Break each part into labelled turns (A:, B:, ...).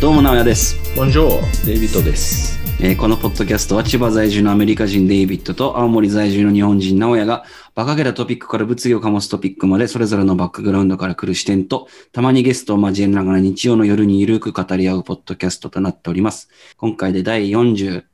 A: どうも、直哉です。
B: ボンジョー。
C: デイビッドです。
A: えーこのポッドキャストは千葉在住のアメリカ人デイビッドと青森在住の日本人直哉が馬鹿げたトピックから物議を醸すトピックまでそれぞれのバックグラウンドから来る視点とたまにゲストを交えながら日曜の夜にゆるく語り合うポッドキャストとなっております。今回で第48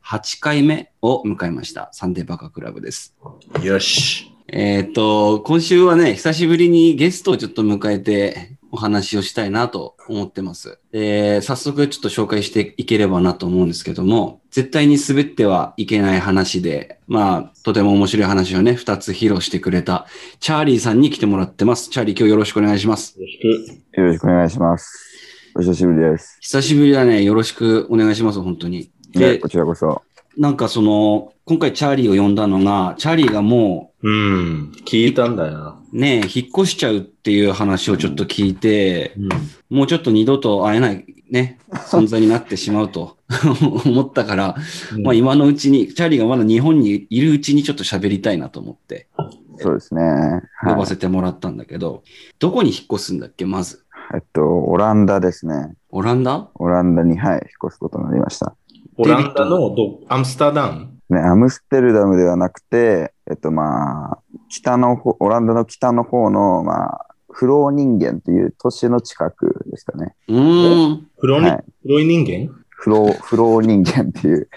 A: 回目を迎えましたサンデーバカクラブです。
B: よし。
A: えーっと、今週はね、久しぶりにゲストをちょっと迎えてお話をしたいなと思ってます。で、早速ちょっと紹介していければなと思うんですけども、絶対に滑ってはいけない話で、まあ、とても面白い話をね、二つ披露してくれた、チャーリーさんに来てもらってます。チャーリー今日よろしくお願いします。
B: よろしく。
C: よろしくお願いします。お久しぶりです。
A: 久しぶりだね。よろしくお願いします、本当に。
C: ね、
A: で
C: こ、ちらこそ。
A: なんかその、今回チャーリーを呼んだのが、チャーリーがもう
B: うん。聞いたんだよな。
A: ねえ、引っ越しちゃうっていう話をちょっと聞いて、
B: うん。
A: もうちょっと二度と会えないね、存在になってしまうと 思ったから、まあ今のうちに、チャーリーがまだ日本にいるうちにちょっと喋りたいなと思って
C: そうですね。
A: 呼
C: は
A: ば
C: い。
A: せてもらったんだけど、どこに引っ越すんだっけ、まず。
C: えっと、オランダですね。
A: オランダ
C: オランダに、はい、引っ越すことになりました。
B: オランダのど、アムスターダム
C: ね、アムステルダムではなくて、えっと、まあ、北の方、オランダの北の方の、まあ、フロー人間っていう都市の近くですかね。
A: うーん。
B: フロー
C: はい
B: フロイ人間
C: フロー、フロー人間って いう。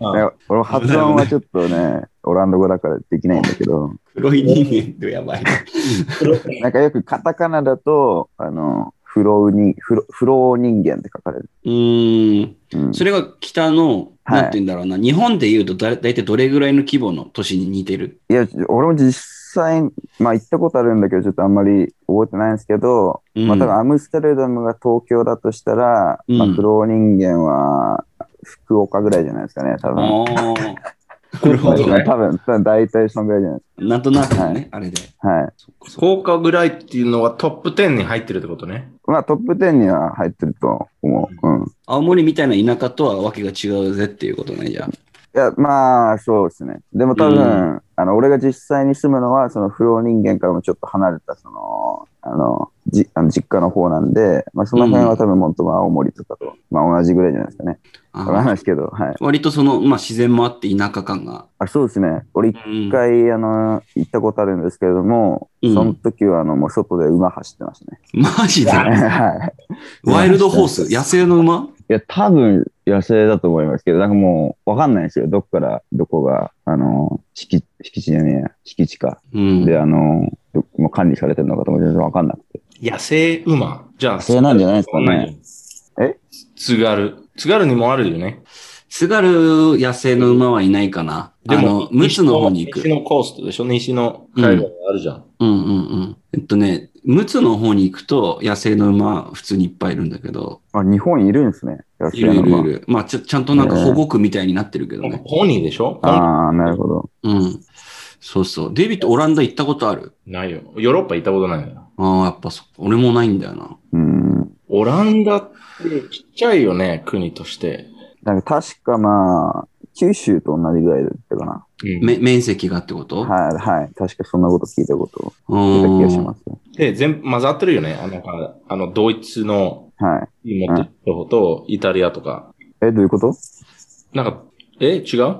B: あ
C: ね俺発音はちょっとね、オランダ語だからできないんだけど。
A: 黒い人間ってやばい。
B: フロ
C: なんかよくカタカナだと、あの、フロウに、フロフロー人間って書かれる。
A: うーん。
C: うん、
A: それが北の、
C: は
A: な
C: い
A: んて言うんだろうな、日本で言うとだ大体どれぐらいの規模の都市に似てる
C: いや、俺も実際、まあ行ったことあるんだけど、ちょっとあんまり覚えてないんですけど、
A: うん
C: まあ多分アムステルダムが東京だとしたら、
A: うん
C: まあフロー人間は福岡ぐらいじゃないですかね、多
A: あ
C: 分。
A: あ。なるほど
B: そうね
A: ね。
C: 多分、多分大体そのぐらいじゃないで
A: なんとなく
C: は
A: ね
C: い、
A: あれで。
C: すか。はい。
B: 効果ぐらいっていうのはトップ10に入ってるってことね。
C: まあトップ10には入ってると思う。うん。い
A: 青森みたいな田舎とはわけが違うぜっていうことね、じゃあ。
C: や、まあそうですね。でも多分、
A: うん
C: あの、俺が実際に住むのは、そのフロー人間からもちょっと離れた、その、あの、じあの実家の方なんで、まあその辺は多分本当は青森とかと、まあ同じぐらいじゃないですかね。
A: あ
C: わかんないですけど、はい。
A: 割とその、まあ、自然もあって田舎感が。
C: あ、そうですね。俺一
A: うん
C: 回、あの、行ったことあるんですけれども、
A: うん
C: その時は、あの、もう外で馬走ってましたね。
A: マジで
C: は
A: ワイルドホース野生の馬
C: い。いや、多分野生だと思いますけど、なんかもう、わかんないんですよ。どこから、どこが、あの、敷地、敷地じゃねえや、敷地か。
A: うん。
C: で、あの、どもう管理されてるのかとも全然わかんなくて。
B: 野生馬。じゃあ、
C: 野生なんじゃないですかね。
B: え津軽。津軽にもあるよね。
A: 津軽野生の馬はいないかな。あの、陸奥の方に行
B: 西
A: く。
B: のコーストでしょ西の海外あるじゃん。
A: うんうんうん。えっとね、陸奥の方に行くと野生の馬普通にいっぱいいるんだけど、
C: あ、日本いるんですね。野
A: いる
C: 生
A: い
C: の
A: るい
C: 馬。
A: る。まあちょ、ちゃんとなんか保護区みたいになってるけど
B: なんか
A: ね。
B: ポニーでしょポニー
C: ああ、なるほど。
A: うん。そうそう。デイビッド、オランダ行ったことある
B: ないよ。ヨーロッパ行ったことないよ。
A: ああ、やっぱそ、俺もないんだよな。
C: うん。
B: オランダってちっちゃいよね、国として。
C: なんか確かまあ、九州と同じぐらいだったかな。
B: うん
A: め面積がってこと
C: はい、はい。確かそんなこと聞いたこと、
A: う
C: 聞いた気
A: ー
C: がし
A: ん
C: ます。
B: で、全部混ざってるよね。あの、あのドイツの
C: はい。
B: 持ってる方と、イタリアとか。
C: え、どういうこと
B: なんか、え違う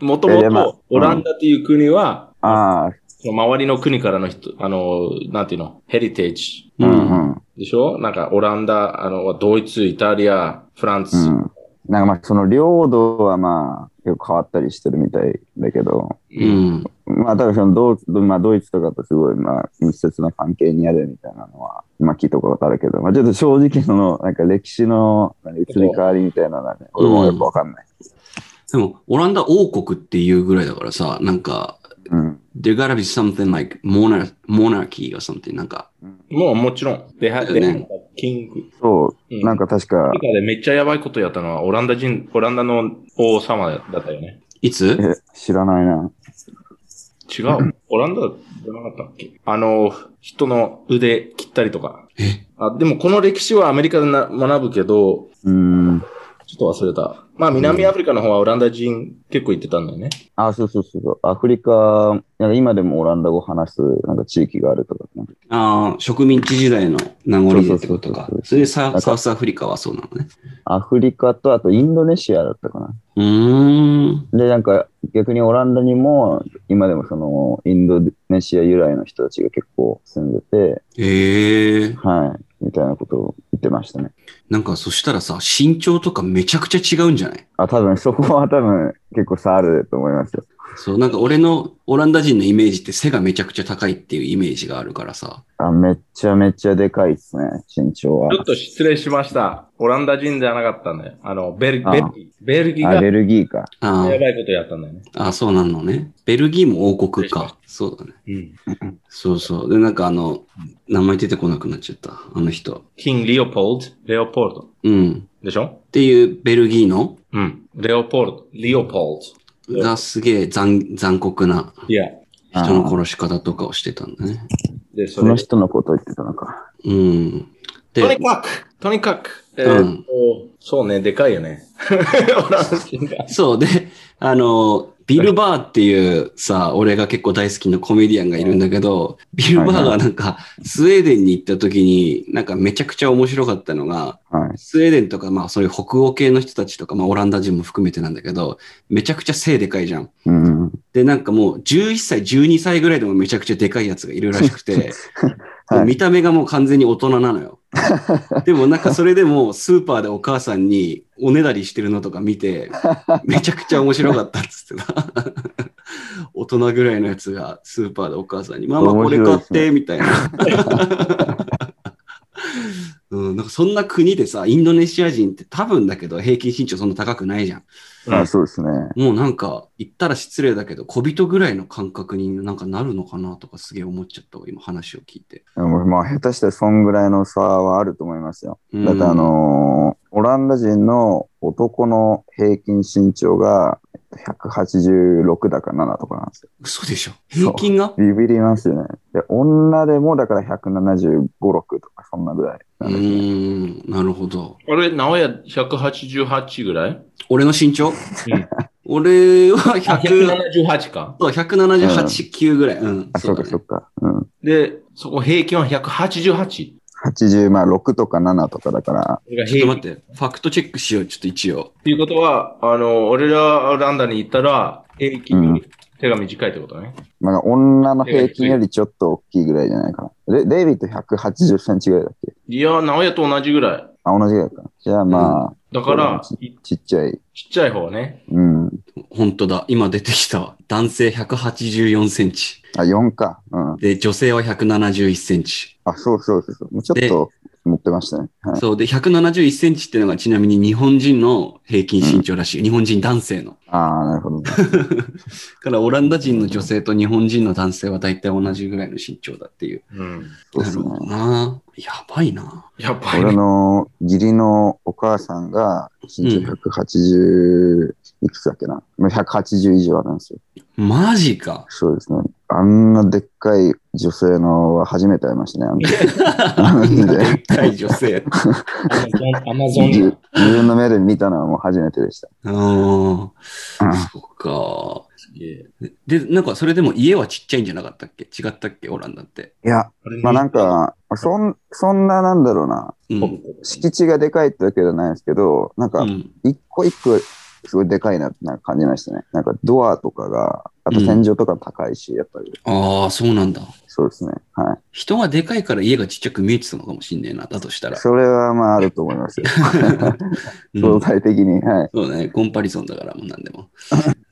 B: もと
C: いや
B: も
C: いやまあ
B: と、オランダっていう国は、
C: ああ、
B: その周りの国からの人、あの、なんていうの、ヘリテージ
C: う
A: うん
C: うん。
B: でしょなんか、オランダ、あの、ドイツ、イタリア、フランス。
C: うん。なんかまあ、その領土はまあ、よく変わったりしてるみたいだけど、
A: うん。
C: まあ、ただそのドイツ、まあ、ドイツとかとすごい、まあ、密接な関係にあるみたいなのは、まあ、聞いたことあるけど、まあ、ちょっと正直その、なんか歴史のなんか移り変わりみたいなのはね、
A: うん
C: 俺もよくわかんない。
A: でも、オランダ王国っていうぐらいだからさ、なんか、
C: うん。
A: there gotta be something like monar- monarchy or something. なんか、
B: もう、もちろん。で、は、
A: だよね
B: で、キング。
C: そうう、なんか確か
B: アフリ、カでめっちゃやばいことやったのは、オランダ人、オランダの王様だったよね。
A: いつ
C: え、知らないな。
B: 違う。オランダじゃなかったっけあの、人の腕切ったりとか。
A: え
B: あでもこの歴史はアメリカでな学ぶけど、
C: うーん。
B: ちょっと忘れた。まあ、南アフリカの方はオランダ人結構行ってたんだよね。
C: あ、そうそうそうそう。アフリカ、なんか今でもオランダ語話す、なんか地域があるとか、なんか
A: ああ、植民地時代の名残でってことか
C: そうそうそうそう。
A: それでササウスアフリカはそうなのね。
C: アフリカとあとインドネシアだったかな。
A: うーん。
C: で、なんか逆にオランダにも、今でもその、インドネシア由来の人たちが結構住んでて、
A: ええ
C: はい、みたいなことを言ってましたね。
A: なんかそしたらさ、身長とかめちゃくちゃ違うんじゃない
C: あ、多分そこは多分結構差あると思いますよ。
A: そう、なんか俺のオランダ人のイメージって背がめちゃくちゃ高いっていうイメージがあるからさ。
C: あ、めっちゃめちゃでかいですね、身長は
B: ちょ。っと失礼しました。オランダ人ではなかったんだよ。あの、ベル、
C: あ
B: ベルギー。ベルギーが
C: ア
B: やば
C: レルギーか。
A: あー
B: いことやったんだよね。
A: あ、そうなのね。ベルギーも王国か。そうだね。
B: うん。
A: そうそう。で、なんかあの、名前出てこなくなっちゃった。あの人。
B: キング・レオポルド、レオポルド。
A: うん。
B: でしょ
A: っていうベルギーの
B: うん。レオポルド、レオポルド。
A: がすげえ残残酷ない
B: や。
A: 人の殺し方とかをしてたんだね。
B: で、
C: そ
B: それ
C: の。人のことを言ってたのか。
A: うん。
B: と
A: で
B: に、かく、とにかく、え
A: う
B: ー
A: ん
B: っと、そうね、でかいよね。 オランダ人が。
A: そうで、あの、ビル・バーっていうさ、俺が結構大好きなコメディアンがいるんだけど、ビル・バーがなんか、スウェーデンに行った時に、なんかめちゃくちゃ面白かったのが、
C: はい。
A: スウェーデンとか、まあそういう北欧系の人たちとか、まあオランダ人も含めてなんだけど、めちゃくちゃ背でかいじゃん。
C: うん。
A: で、なんかもう11歳、12歳ぐらいでもめちゃくちゃでかいやつがいるらしくて、
C: はい
A: 見た目がもう完全に大人なの よ。でもなんかそれでもスーパーでお母さんにおねだりしてるのとか見て、めちゃくちゃ面白かったっつって た。大人ぐらいのやつがスーパーでお母さんに、ママこれ買っ
C: 面白い
A: て、みたいな。 うん、なんかそんな国でさ、インドネシア人って多分だけど平均身長そんな高くないじゃん。
C: あそうですね。
A: もうなんか言ったら失礼だけど、小人ぐらいの感覚になんかなるのかなとかすげえ思っちゃったわ、今話を聞いて。
C: でもまあ、下手したらそんぐらいの差はあると思いますよ。
A: うん
C: だってあのーオランダ人の男の平均身長が186だか7とかなんですよ。
A: 嘘でしょ
C: そう
A: 平均が
C: ビビりますよね。で、女でもだから175、6とかそんなぐらいうなんですね。
A: ーん、なるほど。
B: 俺、名古屋188ぐらい
A: 俺の身長
B: うん
A: 俺は100
B: ?178 か。
A: そう178、9ぐらい。うん、
C: あ、そうか
A: だね
C: そうか。うん。
B: で、そこ平均は188。
C: 80、まあ6とか7とかだから、
B: それが
A: ちょっと
B: 平均。
A: 待って、ファクトチェックしよう、ちょっと一応。
B: っていうことは、あの、俺らオランダに行ったら、平均より手が短いってことね。
C: まあ女の平均よりちょっと大きいぐらいじゃないかな。でデイビッド180センチぐらいだっけ
B: いやー、名古屋と同じぐらい。
C: あ、同じぐらいか。じゃあまあ、
B: だから、
C: そう
B: い
C: ちっちゃい。
B: ちっちゃい方ね。
C: うん。
A: 本当だ、今出てきたわ。男性184センチ。
C: あ、4か。うん。
A: で、女性は171センチ。
C: あ、そうそうそうそう。もうちょっと持ってましたね。はい。
A: そうで、171センチっていうのがちなみに日本人の平均身長らしい。日本人男性の。
C: ああ、なるほど。
A: からオランダ人の女性と日本人の男性は大体同じぐらいの身長だっていう。
B: うん。
C: そうですね。
A: なるほどな。やばいな。
B: やっぱり
C: 俺
B: ね。
C: の義理のお母さんが身長180いくつだっけな。まあ180以上あるんですよ。
A: マジか。
C: そうですね。あんなでっかい女性のは初めて会いましたね。あのマジで。
A: 対女性。
B: アマゾン。アマゾ
C: 自
B: ン
C: 自分の目で見たのはもう初めてでした。
A: うん。そ
C: う
A: っ
C: ん
A: か。
B: すげえ
A: で、なんかそれでも家はちっちゃいんじゃなかったっけ違ったっけオランダって。
C: いや、まあなん、か、そん、そんななんだろうな。
A: うん。
C: 敷地がでかいってわけじゃないですけど、なんか
A: う、ん
C: 一個一個すごいでかいなってなんか感じましたね。なんかドアとかが、あと
A: うん
C: 天井とか高いし、やっぱり
A: ああ、そうなんだ。
C: そうですね。は
A: 人がでかいから家がちっちゃく見えてたのかもしんねえな。だとした
C: い。
A: ら。
C: それはまああると思い ますよ。
A: うん
C: 相対的に。はい。
A: そうね、コンパリソンだからもう何でも。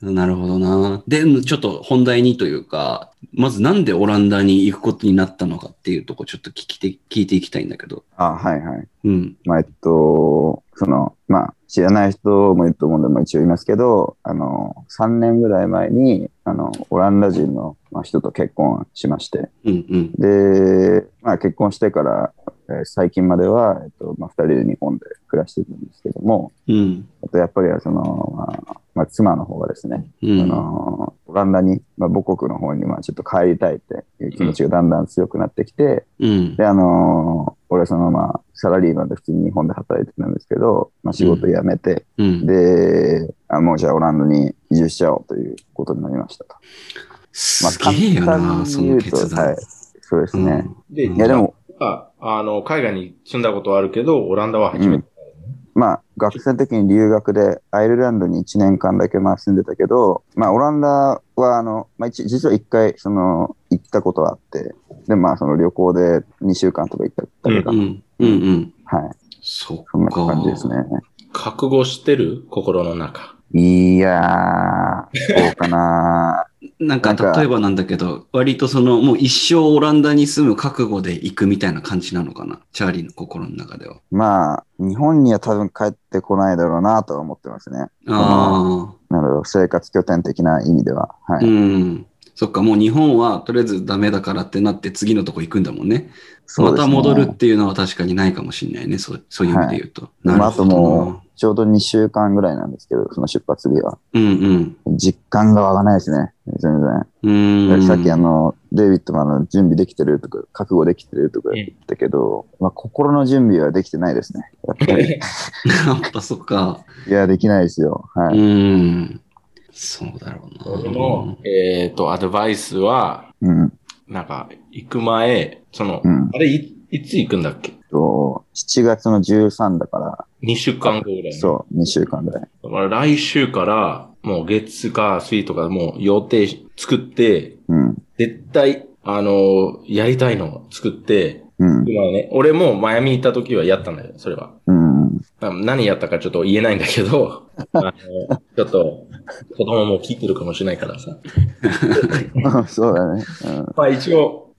A: なるほどな。で、ちょっと本題にというか、まずなんでオランダに行くことになったのかっていうとこちょっと聞きて聞いていきたいんだけど。
C: あ、はいはい。
A: うん。
C: まあえっと、その、まあ知らない人もいると思うんで、まあ一応いますけど、あの、3年ぐらい前に、あの、オランダ人のまあ人と結婚しまして、
A: うんうん。
C: で、まあ結婚してから、えー最近までは、えっと、まあ二人で日本で暮らしてたんですけども、
A: うん。
C: あとやっぱりその、まあまあ、妻の方がですね、
A: う
C: あ
A: ん。
C: のオランダに、まあ、母国の方にまあちょっと帰りたいっていう気持ちがだんだん強くなってきて、
A: うん。
C: で、あの俺はそのまあサラリーマンで普通に日本で働いてたんですけど、まあ、仕事辞めて、
A: うん。
C: であ、もうじゃあオランダに移住しちゃおうということになりましたと。まあ、
A: すげえよな、その決断。
C: はい。そうですね。
B: で、
A: うん
C: いや、でも、
B: あ、あの、海外に住んだことはあるけど、オランダは初めて。
C: まあ、学生の時に留学でアイルランドに1年間だけまあ住んでたけど、まあ、オランダは、あの、まあ、一実は1回、その、行ったことはあって、で、まあ、その旅行で2週間とか行ったけど、
A: う
C: はい。
A: ん。うんうん。そっ
C: そんな
A: か。
C: 感じですね。
B: 覚悟してる心の中。
C: いやー、どうかな
A: なんか、
C: なんか
A: 例えばなんだけど、割とその、もう一生オランダに住む覚悟で行くみたいな感じなのかな。チャーリーの心の中では。
C: まあ、日本には多分帰ってこないだろうなとは思ってますね。
A: あ
C: なるほど、生活拠点的な意味では。は
A: あ、
C: い。
A: うん。そっか、もう日本はとりあえずダメだからってなって次のとこ行くんだもんね。
C: そう
A: ま
C: です
A: た
C: ね
A: 戻るっていうのは確かにないかもしれないね。そうそういう意味で言うと。
C: まあ、あとも
A: な。
C: う、ちょうど2週間ぐらいなんですけど、その出発日は。
A: うん
C: 実感が湧かないですね。全然。
A: うん。うん。
C: さっきあの、デイビッドもあの、準備できてるとか、覚悟できてるとか言ったけど、まあ、心の準備はできてないですね。やっぱ り。
A: やっぱそっか。
C: いや、できないですよ。は
A: う
C: い。
A: ん。そうだろう
B: 俺
A: な。
B: の、えっ、と、アドバイスは、
C: うん。
B: なんか、行く前、その、
C: うん。
B: あれい、いつ行くんだっけ
C: と、7月の13だから、
B: ?2 週間後ぐらい。
C: そう、2週間ぐらい。
B: だから来週から、もう月か水とかもう予定し作って、
C: うん。
B: 絶対、あの、やりたいのを作って、
C: うん。
B: 今ね、俺もマイアミ行った時はやったんだよ、それは。
C: うん。
B: な何やったかちょっと言えないんだけ ど、あのちょっと、子供も聞いてるかもしれないからさ。
C: そうだね。
B: まあ一応、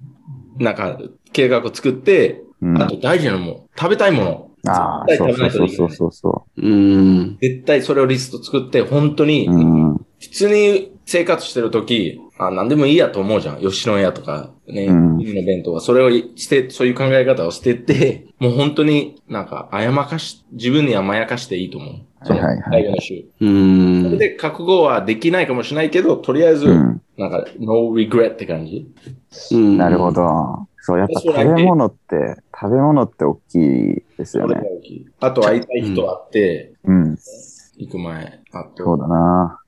B: なんか、計画を作って、
C: うん。うん
B: あ、と大事なのも、食べたいもの。
C: ああ、
B: 絶
C: そ
B: 対
C: う
B: 食べないと
C: そ
B: いうけ
C: そ
B: な
C: う
B: い。
C: そうそ
A: うん。
B: 絶対それをリスト作って、本当に
C: う。、うん。
B: 普通に生活してるとき、あ、何でもいいやと思うじゃん。吉野家とか、ね、
C: うん
B: いの弁当は。それを捨て、そういう考え方を捨てて、もう本当になんか、あやまかし、自分に甘やかしていいと思う。
C: はいはいはい
B: 最後の週。
A: うん。
B: それで覚悟はできないかもしれないけど、とりあえず、
C: うん。
B: なんか、no regret って感じ。
A: うん
C: なるほ。ど。そう、やっぱ食べ物って、食べ物って大きいですよ
B: それ
C: ね
B: が。大きいあと、会いたい人会って、
C: うん。
B: 行く前。あと、
C: そうだな。
B: はい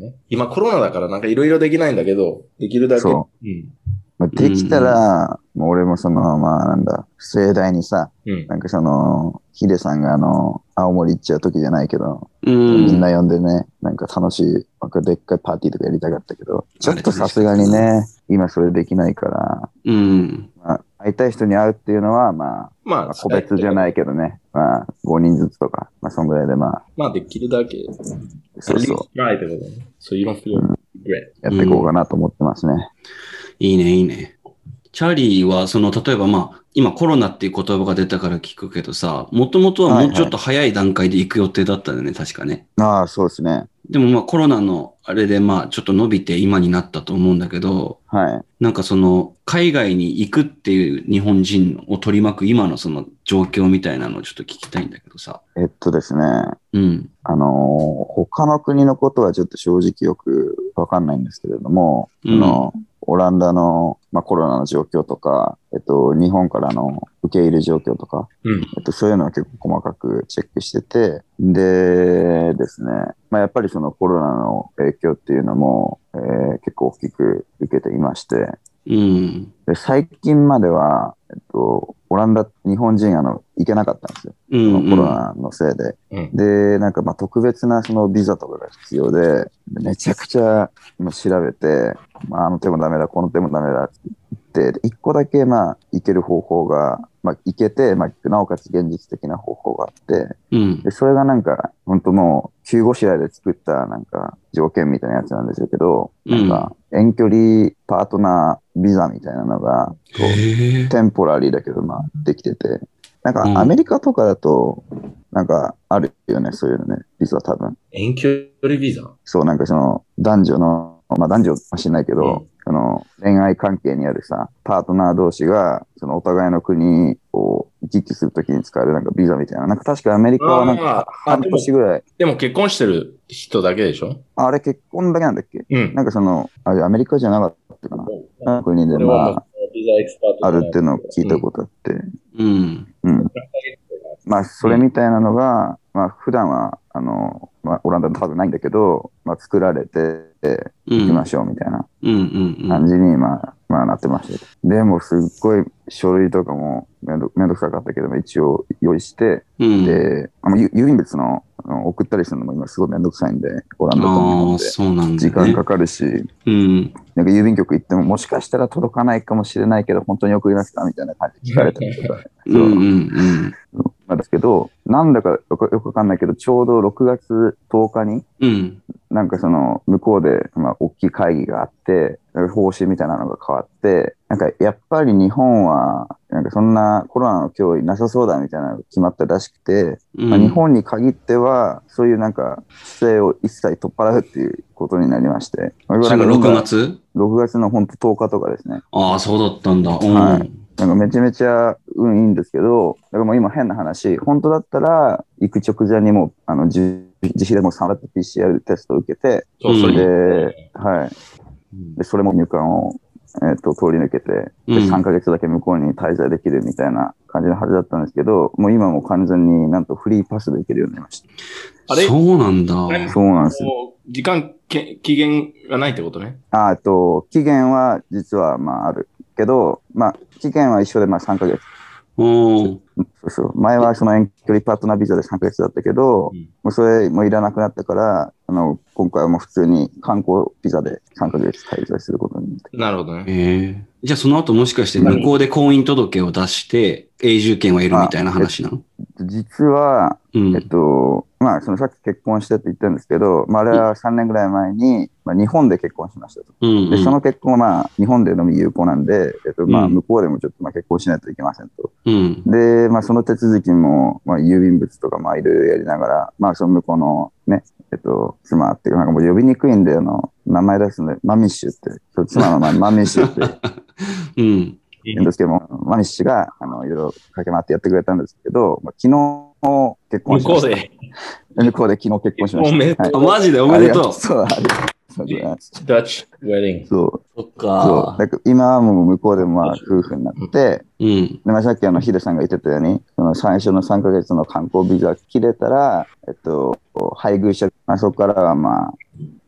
B: ね今コロナだからなんかいろいろできないんだけど、できるだけ。
C: そ
B: うん。
C: まあ、できたら、もう俺もその、まあなんだ、盛大にさ、
B: うん。
C: なんかその、ヒデさんがあの、青森行っちゃう時じゃないけど、
A: う
C: みん
A: ん。
C: な呼んでね、なんか楽しい、なんかでっかいパーティーとかやりたかったけど、ちょっ
A: あれ楽
C: と
A: しか
C: さ
A: った
C: すがにね、今それできないから、
A: うん。
C: まあ、会いたい人に会うっていうのは、ま
B: ま
C: あ、
B: あ、
C: 個別じゃ
B: い。
C: ないけどね、まあ、5人ずつとか、まあ、そんぐらいでまあ、
B: まあ、できるだけ。
C: そうそう、
B: Try ってことね。So you don't feel regret.
C: やっていこうかなと思ってますね。
A: いいね、いいね。チャーリーは、その、例えばまあ、今コロナっていう言葉が出たから聞くけどさ、もともとはもうちょっと早い段階で行く予定だったんだよね、確かね。
C: ああ、そうですね。
A: でもまあコロナのあれでまあちょっと伸びて今になったと思うんだけど、
C: はい。
A: なんかその海外に行くっていう日本人を取り巻く今のその状況みたいなのをちょっと聞きたいんだけどさ。
C: えっとですね、
A: うん。
C: あのー他の国のことはちょっと正直よくわかんないんですけれども、
A: うん
C: あのオランダの、まあ、コロナの状況とか、えっと、日本からの受け入れ状況とか、
B: うん。
C: えっと、そういうのは結構細かくチェックしてて、でですね、まあ、やっぱりそのコロナの影響っていうのも、えー結構大きく受けていまして、
A: うん。
C: で最近までは、えっと、オランダ、日本人あの行けなかったんですよ。
A: うん、うん。
C: コロナのせいで。
B: うん
C: で、なんかまあ特別なそのビザとかが必要で、めちゃくちゃまあ調べて、まあ、あの手もダメだ、この手もダメだって言って、で一個だけまあ行ける方法が、まあ行けて、まあなおかつ現実的な方法があって、
A: うん。
C: で、それがなんか、本当もう、救護試合で作った、なんか、条件みたいなやつなんですけど、
A: うん
C: なんか、遠距離パートナービザみたいなのが、こう
A: へえ。
C: テンポラリーだけど、まあ、できてて。なん
A: うん
C: か、アメリカとかだと、なんか、あるよね、そういうのね、ビザ多分。
B: 遠距離ビザ。
C: そう、なんかその、男女の、まあ男女は知んないけど、その、恋愛関係にあるさ、パートナー同士が、その、お互いの国を行き来するときに使える、なんか、ビザみたいな。なんか、確かアメリカはなんか、
B: あーあ
C: 半年ぐらい。
B: でも結婚してる人だけでしょ
C: ああれ、結婚だけなんだっけ
B: うん。
C: なんかその、あれ、アメリカじゃなかったかな。
B: こ
C: 他の国で、
B: れはも
C: ま
B: うビザエキスパー
C: あ、
B: ト
C: あるっていうのを聞いた
B: と
C: ことあって。
A: うん。
C: うん。まあ、それみたいなのが、まあ、普段は、あの、まあ、オランダの多分ないんだけど、まあ、作られて、
A: うん。う
C: いき
A: ん
C: ましょうみたいな
A: うんうん。
C: 感じに、まあ、まあ、なってました。でも、すっごい書類とかもめんどめんどくさかったけども、一応用意して、
A: うん、
C: で、あのゆ郵便物のあの送ったりするのも今すごいめんどくさいんで、オランダと日
A: あ
C: 本
A: あ、
C: で。
A: そうなんだ、ね。
C: 時間かかるし、
A: うん。
C: なんか郵便局行っても、もしかしたら届かないかもしれないけど、本当に送りますかみたいな感じで聞かれたりとか。
A: うんうんうん。
C: なんですけど、なんだかよくよくわかんないけど、ちょうど6月10日に、
A: うん。
C: なんかその、向こうで、まあ、大きい会議があって、なんか方針みたいなのが変わって、なんか、やっぱり日本は、なんかそんなコロナの脅威なさそうだみたいなのが決まったらしくて、
A: うん
C: まあ、日本に限っては、そういうなんか、規制を一切取っ払うっていうことになりまして、まあ
A: そ
C: な
A: れが
C: んか
A: 6月
C: 6月の本当10日とかですね。
A: ああ、そうだったんだ。うん
C: はいなんかめちゃめちゃ運いいんですけど、だからもう今変な話、本当だったら行く直前にもう、あの、自自費でもさらっと PCR テストを受けて、
B: そう、そ
A: うん
B: れ
C: で、
B: で、
C: はい。で、それも入管を、えっと通り抜けて、で
A: うん
C: 3ヶ月だけ向こうに滞在できるみたいな感じのはずだったんですけど、もう今もう完全になんとフリーパスで行けるようになりまし
B: あれ
A: そうなんだ。
C: た。そうなんですよ。
B: もう時間け、期限がないってことね。
C: あ、えっと、期限は実はまああるけど、まあ、期限は一緒でまあ3ヶ月。
A: おー
C: そうそう。前はその遠距離パートナービザで3ヶ月だったけど、
B: うん
C: もうそれもいらなくなったから、あの、今回はもう普通に観光ビザで3ヶ月滞在することになって。
B: なるほどね。
A: ええじゃあその後もしかして向こうで婚姻届を出して永住権を得るみたいな話なの
C: 実は、
A: うん
C: えっと、まあ、そのさっき結婚してって言ったんですけど、まあ、あれは3年ぐらい前に、まあ、日本で結婚しましたと。
A: うんう
C: で、
A: ん
C: その結婚はまあ、日本でのみ有効なんで、えっと、ま
A: う
C: あ、
A: ん
C: 向こうでもちょっとまあ結婚しないといけませんと。
A: うん
C: で、まあ、その手続きも、まあ、郵便物とか、まあ、いろいろやりながら、まあ、その向こうのね、えっと、妻っていうか、なんかもう呼びにくいんで、あの、名前出すんで、マミッシュって、そう妻の名前、マミッシュって
A: うん
C: 言うんですけども、 マミッシュが、あの、いろいろ駆け回ってやってくれたんですけど、まあ、昨日結婚
B: 向
C: し
B: こ
C: ま
B: う
C: した。
B: で、
C: 向こうで昨日結婚しま
B: お
C: した。
B: めでと
A: あ
B: う。
A: マジでお
C: お
A: めでとうそ
C: そう、ありがとうございます。
B: ダッチウェディング。
C: そう、
A: っ
C: そう。
A: か
C: だから今はもう向こうでもまあ夫婦になって、
A: うん
C: でまあ、さっきあのヒデさんが言ってたように、その最初の3ヶ月の観光ビザが切れたら、えっと、配偶者、まあ、そこからはまあ、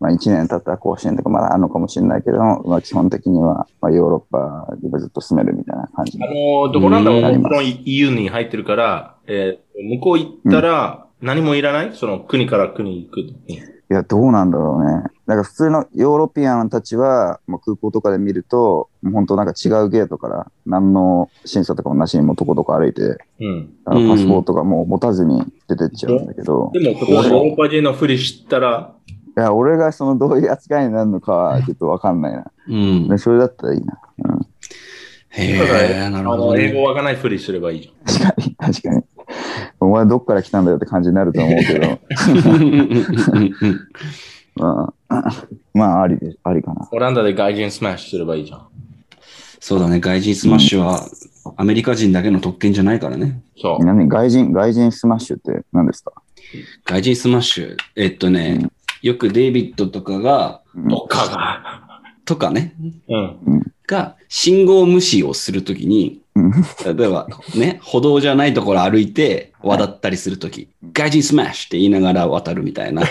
C: まあ、1年経ったら更新とかまだあるのかもしれないけども、まあ、基本的には、まあ、ヨーロッパでずっと住めるみたいな感じ
B: あ。のーで、オランダも
C: うんあり
B: も
C: ま
B: ち
C: す
B: ろん EU に入ってるから、えー向こう行ったら何もいらないその国から国行くのに。
C: いや、どうなんだろうね。なんか普通のヨーロピアンたちは、まあ、空港とかで見ると、もう本当なんか違うゲートから、何の審査とかもなしにもうとことこ歩いて、
B: うん。
C: あのパスポートがもう持たずに出てっちゃうんだけど。
B: でも、ここヨーロッパ人のふりしたら、
C: いや、俺がそのどういう扱いになるのかはちょっとわかんないな。
A: うん
C: でそれだったらいいな。
A: へえな
B: あ
A: るほ
B: の
A: ど
B: 英
A: ね
B: 語わかんないふりすればいいじゃん。
C: 確かに、確かに。お前どっから来たんだよって感じになると思うけ ど、まあ、まあ、ありで、ありかな。
B: オランダで外人スマッシュすればいいじゃん。
A: そうだね外人スマッシュはアメリカ人だけの特権じゃないからね
B: そう。
C: 何外人、外人スマッシュって何ですか
A: 外人スマッシュえっと
C: う
A: ねよくデイビッドとかが
C: うん
B: どっかが。
A: とかね
B: うん。
A: が信号無視をするときに、
C: うん
A: 例えばね、歩道じゃないところ歩いて渡ったりするとき、外人スマッシュって言いながら渡るみたいな。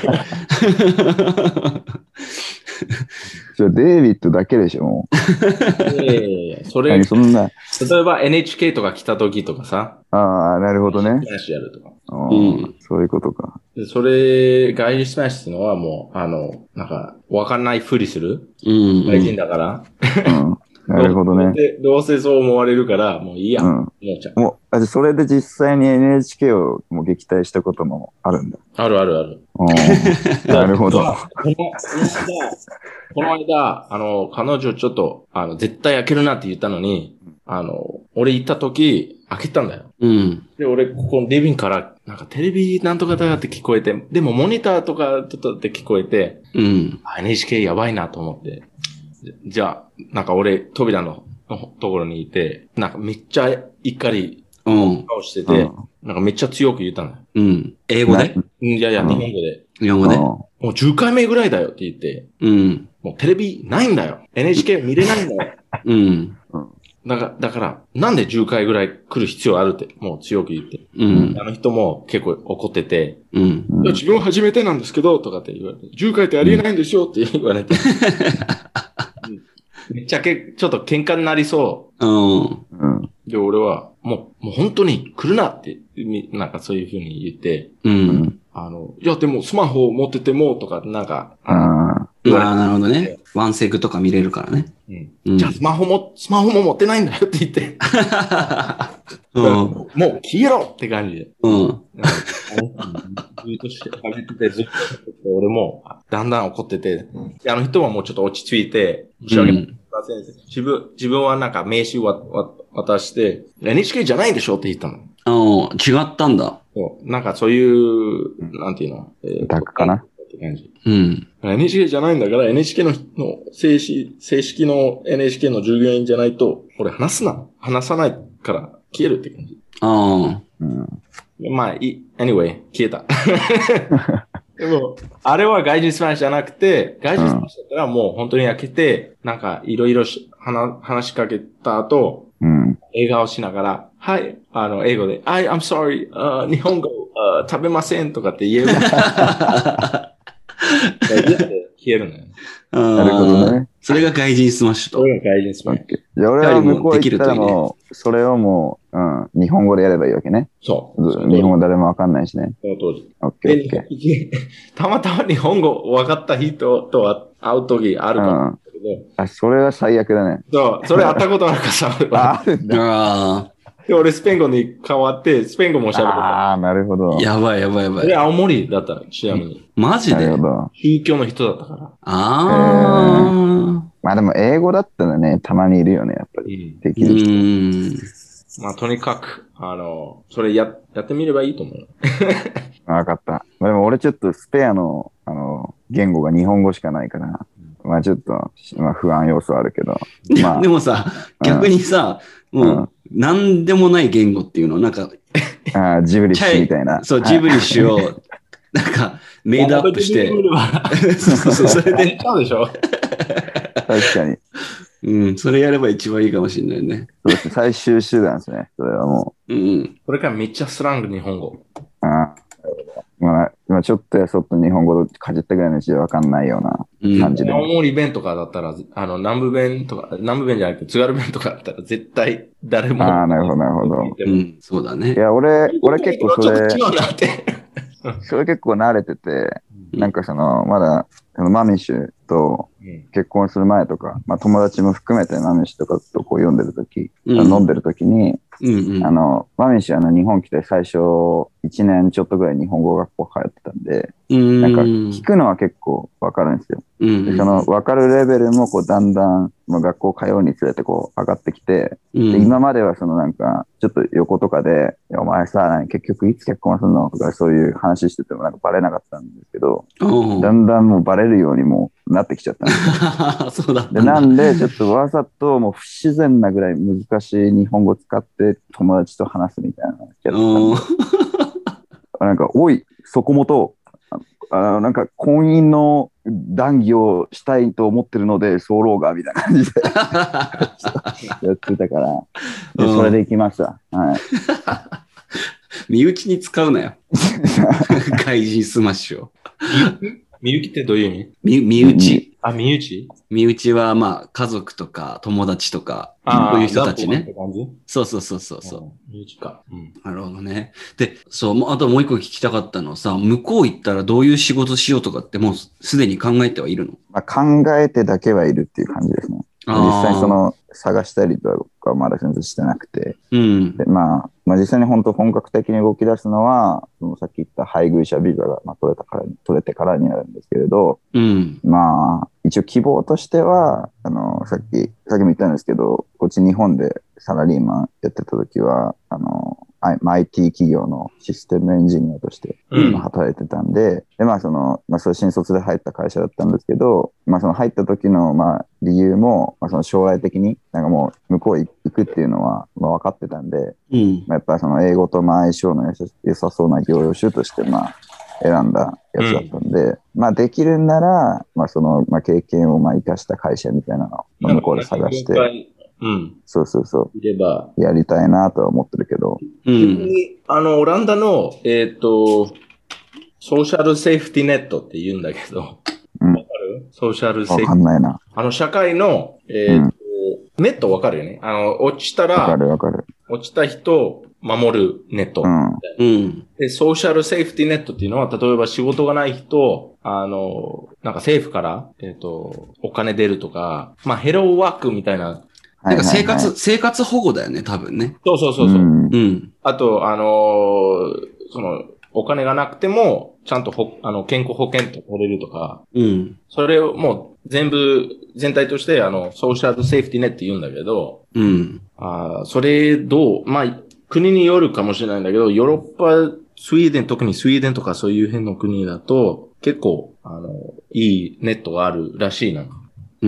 C: それデイビッドだけでしょ、も。
B: いやいやいやそうれ、
C: 何
B: 例
C: そんな、
B: えば NHK とか来た時とかさ、
C: ああ、なるほどね。
B: スマッシュやるとか。
C: うん
A: うん
C: そういうことか。
B: でそれ、外人スマッシュっていうのはもう、あの、なんか、わかんないふりする
A: うん、
B: 外人だから。
C: うん。なるほどね。
B: で。どうせそう思われるから、もういいや。
C: う
B: も
C: ん。
B: うちゃ
C: もう、あそれで実際に NHK をもう撃退したこともあるんだ。
B: あるあるある。
C: うんなるほど。
B: この、この間、この間、あの、彼女ちょっと、あの、絶対開けるなって言ったのに、あの、俺行った時、開けたんだよ。
A: うん。
B: で、俺、ここのリビングから、なんかテレビなんとかだって聞こえて、でもモニターとかちょっとって聞こえて、
A: うん。
B: あ NHK やばいなと思って。じゃじゃあ、なんか俺、扉の、のところにいて、なんかめっちゃ怒り
A: うん。
B: 顔して
C: う
B: て、
C: ん
B: なんかめっちゃ強く言ったのよ。
A: うん。英語で
B: うんいやいや、
C: うん
B: 日本語で。
A: 日本語で
C: う
B: もう10回目ぐらいだよって言って、
A: うん。
B: もうテレビないんだよ。NHK 見れないんだよ。
A: うん。
B: だから、だから、なんで10回ぐらい来る必要あるって、もう強く言って。
A: うん。
B: あの人も結構怒ってて、
A: うん。
C: うん
B: いや自分初めてなんですけど、とかって言われて、10回ってありえないんですよって言われて。 うんめっちゃけ、ちょっと喧嘩になりそ
A: うん。
C: うん。
B: う。で、俺は、もう、もう本当に来るなって、になんかそういう風に言って、
A: うん。
B: あの、いや、でもスマホを持ってても、とか、なんか、
C: ああ
B: 言われて
A: ああ、なるほどね。ワンセグとか見れるからね。
B: うん
A: うん
B: じゃあスマホも、スマホも持ってないんだよって言って、
A: うん。
B: もう消えろって感じで。
A: うん。
B: なんかずっとして、あげてて、ずっとしてて俺も、だんだん怒ってて、であの人はもうちょっと落ち着いて、申し訳ない自分、自分はなんか名刺をわわ渡して、NHK じゃないでしょって言った
A: う
B: の。
A: ん。違ったんだ。
B: そうなんかそういう、なんていうの、え
C: オタクかな
B: って感じ。
A: うん。
B: NHK じゃないんだから、NHK のの正式、正式の NHK の従業員じゃないと、俺話すな。話さないから消えるって感じ。
A: あ
C: ー。うん。
B: でまあ、いい anyway、消えた。でも、あれは外人スパイじゃなくて、外人スパイだったらもう本当に開けて、なんかいろいろし話話しかけた後、
C: うん。
B: 映画をしながら、はい、あの、英語で、I, I'm sorry, あー日本語、あー食べませんとかって言える。消えるのよ。
A: あ。な
C: なるほど。ね。
A: それが外人スマッシュ
B: そ
A: と。
B: れが外人スパ
C: オッ
B: イ。
C: ケーじゃあ俺は向こう行ったらもう、それをもう、うん、日本語でやればいいわけね。
B: そう。その
C: 日本語誰もわかんないしね。
B: 当時。
C: オッケーオッケ
B: でたまたま日本語分かった人と会う時あるか
C: ー。う
B: も
C: ん。
B: しれないけ
C: あ、それは最悪だね。
B: ど、そう、それ会ったことあるからさ、俺は
C: あ、あるんだ。
A: あ
B: で俺スペイン語に変わって、スペイン語も喋った。
C: ああ、なるほど
A: あ。。やばいやばいやば
B: 俺
A: い。
B: 青森だった、ちなみに。
A: マジ
C: な
A: で
C: るほど。
B: 宗教の人だったから。
A: ああ。
C: まあでも英語だったらね、たまにいるよね、やっぱり。で
A: う
C: きる人。
A: ーん。
B: まあ、とにかく、あの、それや、やってみればいいと思う。
C: わかった。まあでも俺ちょっとスペアの、あの、言語が日本語しかないから、まあちょっと、まあ不安要素はあるけど。まあ
A: で、もさ、
C: うん
A: 逆にさ、もう、なんでもない言語っていうの、なんか、
C: あージブリッシュみたいな。
A: そう、ジブリッシュ を、なんか、メイドアップして、 そうそうそう、それで、
B: で、そうでしょ
C: はい確かに。
A: うん、それやれば一番いいかもしれないね。
C: そうですね。最終手段ですね。それはも
A: うん。
B: これからめっちゃスラング日本語。
C: う。あーまあ、今ちょっとやそっと日本語でかじったぐらいのうちでわかんないよう
A: うん
C: な感じで。
B: 青森弁とかだったら、あの、南部弁とか、南部弁じゃなくて津軽弁とかだったら絶対誰も。
C: ああ、なるほど、なるほど。
A: う。ん、そうだね
C: い。や、俺、俺結構それ
B: ち、ょっと違うなって。
C: それ結構慣れてて、
A: うん
C: なんかその、まだ、そのマミッシュと結婚する前とか、まあ友達も含めてマミッシュとかとこう読んでるとき、
A: うん
C: 飲んでるときに、
A: うんうん。
C: あの、マミッシュあの日本来て最初1年ちょっとぐらい日本語学校通ってたんで、
A: うん、
C: なんか
A: うん
C: 聞くのは結構わかるんですよ。
A: うん
C: でその分かるレベルもこうだんだん、まあ、学校通うにつれてこう上がってきて、
A: うん
C: で今まではそのなんかちょっと横とかで「いやお前さ何結局いつ結婚するの?」とかそういう話しててもなんかバレなかったんですけど
A: うん
C: だんだんもうバレるようにもうなってきちゃったんで す
A: そうだった
C: でなんでちょっとわざともう不自然なぐらい難しい日本語使って友達と話すみたいなのやってたん
A: うん
C: でなんか「おいそこもと」あのなんか婚姻の談義をしたいと思ってるので候がみたいな感じでやってたから、で
A: うん
C: それで行きました。はい。
A: 身内に使うな よ。外人スマッシュを。
B: みゆきってどういう意
A: 身
B: 味
A: 身内。
B: あ、みゆち
A: 身内は、まあ、家族とか友達とか、そういう人たちね。。そうそうそうそうそう。
B: う。みゆきか。うん。
A: なるほどね。で、そう、もうあともう一個聞きたかったのはさ、向こう行ったらどういう仕事しようとかってもうすすでに考えてはいるの
C: まあ、考えてだけはいるっていう感じですね。実際にそ、の探したりとかはまだ全然してなくて。
A: あーうん
C: で、まあ、まあ実際に本当本格的に動き出すのは、そのさっき言った配偶者ビザが、まあ、取れたから、取れてからになるんですけれど、
A: うん、
C: まあ、一応希望としては、あの、さっき、さっきも言ったんですけど、こっち日本でサラリーマンやってた時は、あの、I- まあ IT 企業のシステムエンジニアとして
B: うん
C: まあ働いてたんで、で、まあその、まあそう新卒で入った会社だったんですけど、まあその入った時の、まあ理由も、まあその将来的に、なんかもう向こうへ行くっていうのは、まあ分かってたんで、
A: うん、
C: まあ、やっぱその英語とまあ相性の良さ良さそうな業種としてまあ選んだやつだったんで、まあできるんなら、まあそのまあ経験をまあ生かした会社みたいなのをまあ向こうで探して、
B: うん。
C: そうそうそ
B: いれば、
C: う。やりたいなとは思ってるけど。
A: う
B: 逆
A: ん。
B: にあの、オランダの、えっ、と、ソーシャルセーフティネットって言うんだけど、
C: うん
B: わかるソーシャルセー
C: わ
B: フ
C: かんないな。
B: あの、社会の、えっ、と、ネットわかるよねあの、落ちた、
C: わからるわかる。
B: 落ちた人を守るネット。
C: うん。
A: うん。
B: で、ソーシャルセーフティネットっていうのは、例えば仕事がない人、あの、なんか政府から、えっ、と、お金出るとか、まあ、ヘローワークみたいな。
A: な
C: はいはいはい
A: んか生活、、生活保護だよね、多分ね。
B: そうそうそうそう。
C: ん
A: うん。
B: あと、あのーその、お金がなくても、ちゃんとほ、あの、健康保険と取れるとか、
A: うん。
B: それをもう全部、全体として、あの、ソーシャルセーフティネットって言うんだけど、
A: うん。
B: あーそれどう、まあ、国によるかもしれないんだけど、ヨーロッパ、スウェーデン、特にスウェーデンとかそういう辺の国だと、結構、あの、いいネットがあるらしいな。
A: う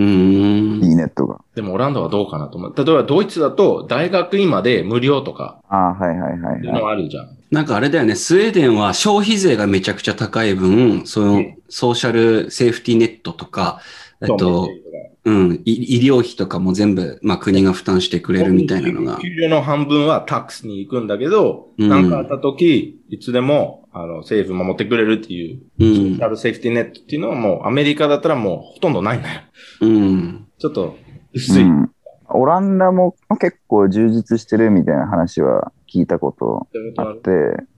A: ーん。
C: いいネットが。
B: でも、オランダはどうかなと思う。例えば、ドイツだと、大学院まで無料とか、
C: ああ、はいはいはいいうはい。
B: のあるじゃん。
A: なんかあれだよね、スウェーデンは消費税がめちゃくちゃ高い分、そのソーシャルセーフティネットとか、えっと、うん、い医療費とかも全部、まあ国が負担してくれるみたいなのが
B: 給。料の半分はタックスに行くんだけど、
A: うん
B: なんかあった時、いつでも、あの、政府守ってくれるっていう、
A: う
B: ソーシ
A: ん
B: ャ。ルセーフティネットっていうのはもう、アメリカだったらもうほとんどないんだよ。
A: うん。
B: ちょっと、
C: う
B: 薄い。
C: ん。オランダも結構充実してるみたいな話は聞いたことあって、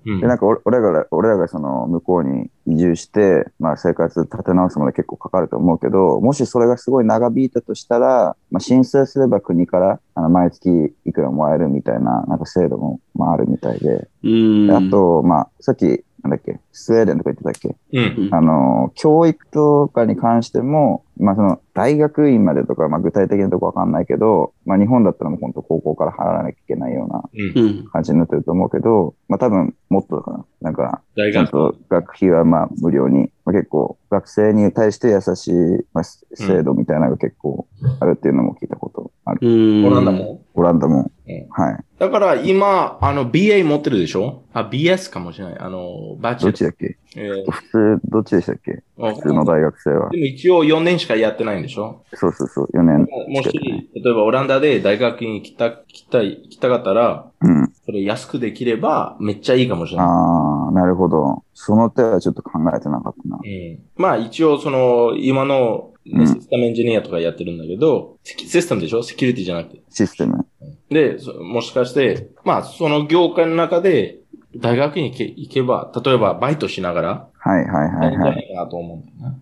B: うん
C: で、なんか俺俺らが、俺らがその向こうに移住して、まあ生活立て直すまで結構かかると思うけど、もしそれがすごい長引いたとしたら、まあ申請すれば国から、あの、毎月いくらもらえるみたいな、なんか制度も、まああるみたいで。
A: うん。
C: であと、まあ、さっき、なんだっけ、スウェーデンとか言ってたっけ
B: うん。
C: あの、教育とかに関しても、まあその、大学院までとか、まあ具体的なとこわかんないけど、まあ日本だったらもう本当高校から払わなきゃいけないような
B: うん
A: うん。
C: 感じになってると思うけど、まあ多分もっとかな。なんか、
B: 大
C: ちゃん
B: 学。
C: と学費はまあ無料に、まあ、結構学生に対して優しい、まあ、制度みたいなのが結構あるっていうのも聞いたことある。
A: うん。
B: オランダも。
C: オランダも。
B: うん
C: はい。
B: だから今、あの、BA 持ってるでしょあ、BS かもしれない。あの、バチ
C: ど
B: ェ
C: っちだっけ
B: え
C: 普通、どっちでしたっけ
B: ー
C: 普通の大学生は。
B: でも一応4年しかやってないんでしょ
C: そうそうそう、4年
B: もし、
C: 近くね
B: 例えばオランダで大学院行きた、行きたい、行きたかったら、
C: うん。
B: それ安くできればめっちゃいいかもしれない。
C: ああ、なるほど。その手はちょっと考えてなかったな。
B: うん、まあ一応その、今のね、
C: うん
B: システムエンジニアとかやってるんだけど、セキシステムでしょセキュリティじゃなくて。
C: システム。
B: で、そもしかして、まあその業界の中で、大学院行け行けば、例えばバイトしながら、
C: はいはいは
B: やる
C: い
B: んじゃ
C: は。
B: ないいかなと思うんだよな。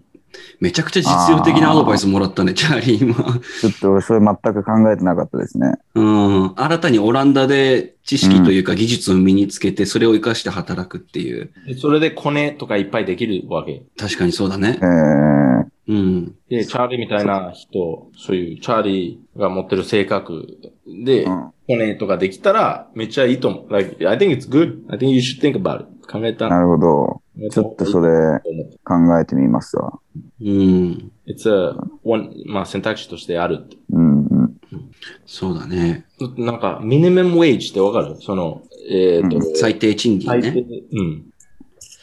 A: めちゃくちゃ実用的なアドバイスもらったね、チャーリー今。
C: ちょっと俺それ全く考えてなかったですね。
A: うん。新たにオランダで知識というか技術を身につけて、それを活かして働くっていう。
B: でそれでコネとかいっぱいできるわけ。
A: 確かにそうだね
C: え。ー、
A: うん。
B: で、チャーリーみたいな人、そういうチャーリーが持ってる性格で、
C: うん
B: コネとかできたら、めっちゃいいと思う。Like, I think it's good. I think you should think about it. 考えた。
C: なるほど。ちょっとそれ
B: 思う
C: 考えてみますわ。
A: うん。
B: It's a one, まあ選択肢としてあるって。
C: うんうん。
A: そうだね。
B: なんか、ミニマムウェイジってわかるその、えっ、と、
C: うん
A: 最低賃金
B: 最低
A: ね。
B: うん。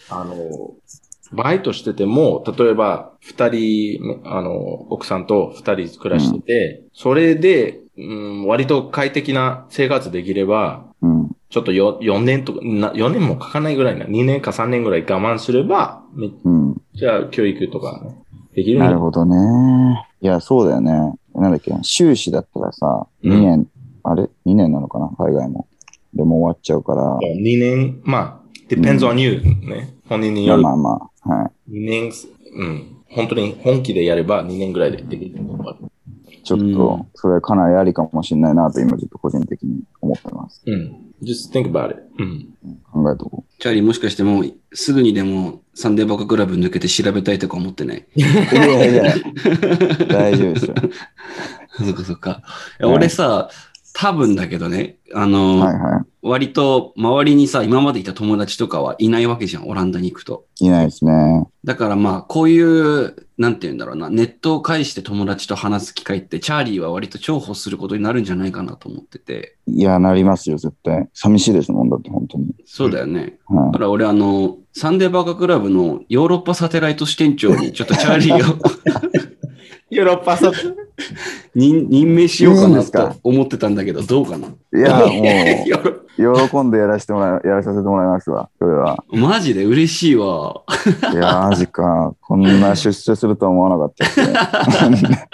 B: あの、バイトしてても、例えば、二人、あの、奥さんと二人暮らしてて、それで、うん、割と快適な生活できれば、
C: うん。
B: ちょっとよ4年とか、な4年もかかないぐらいな、2年か3年ぐらい我慢すれば、めっ
C: うん。
B: ちゃ教育とかできるん
C: な
B: だ
C: るほどね。いや、そうだよね。なんだっけ、修士だったらさ、
B: うん
C: 2年、あれ ?2 年なのかな海外も。でも終わっちゃうから。
B: 2年、まあ、depends on you、ね。本人に
C: ま
B: よ
C: あ
B: る。
C: まあまあ。は
B: 2年、うん。本当に本気でやれば2年ぐらいでできる。
C: い。ちょっ
A: う
C: と
A: ん、
C: それかなりありかもしれないなと今ちょっと個人的に思ってます。
B: うん。just think about it. うん。
C: 考えとこ。
A: チャーリーもしかしてもうすぐにでもサンデーバカクラブ抜けて調べたいとか思ってないう
C: いやいやいや。 大丈夫ですよ。
A: そっかそっか。いや
C: はい
A: 俺さ、多分だけどね、あの、
C: はいは
A: 割と周りにさ、今までいた友達とかはいないわけじゃん、オランダに行くと。
C: い。いないですね。
A: だからまあ、こういう、なんて言うんだろうな、ネットを介して友達と話す機会って、チャーリーは割と重宝することになるんじゃないかなと思ってて。
C: いや、なりますよ、絶対。寂しいですもん、だって、本当に。
A: そうだよね。
C: は
A: だから俺あの、サンデーバカクラブのヨーロッパサテライト支店長にちょっとチャーリーを
B: ヨーロッパ卒。
A: 任任命しようか
C: いいん
A: な
C: ですか
A: と思ってたんだけど、どうかな。
C: いや、
B: ヨーロッ
C: もう、喜んでやらせてもらい、やらさせてもらいますわ。これは。
A: マジで嬉しいわ。
C: いやー、マジか。こんな出世するとは思わなかったですね。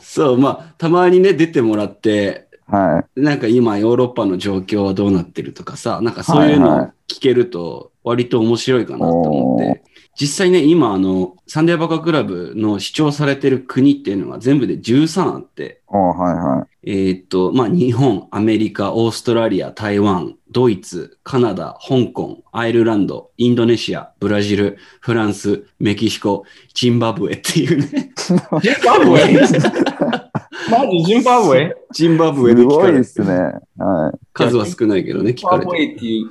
A: そう、まあ、たまにね、出てもらって、
C: はい。
A: なんか今ヨーロッパの状況はどうなってるとかさ、なんかそういう
C: はい
A: のを
C: は
A: 聞けると割と面白いかなと思って。
C: おー
A: 実際ね、今あの、サンデーバカクラブの主張されてる国っていうのが全部で13あって、
C: おーはいはい。
A: えーっと、まあ日本、アメリカ、オーストラリア、台湾、ドイツ、カナダ、香港、アイルランド、インドネシア、ブラジル、フランス、メキシコ、ジンバブエ っていう ね、
B: パ。ジンバブエマジジンバブエ
A: ジンバブエです聞か
C: ご
A: れ
C: いで
A: て
C: すね。はい。
A: 数は少ないけどね、
B: ジ
A: 聞
B: ン
A: か
B: バ
A: れてる。
B: ブエっていう、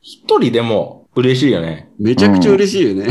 B: 一人でも嬉しいよね。
A: めちゃくちゃ嬉しいよね。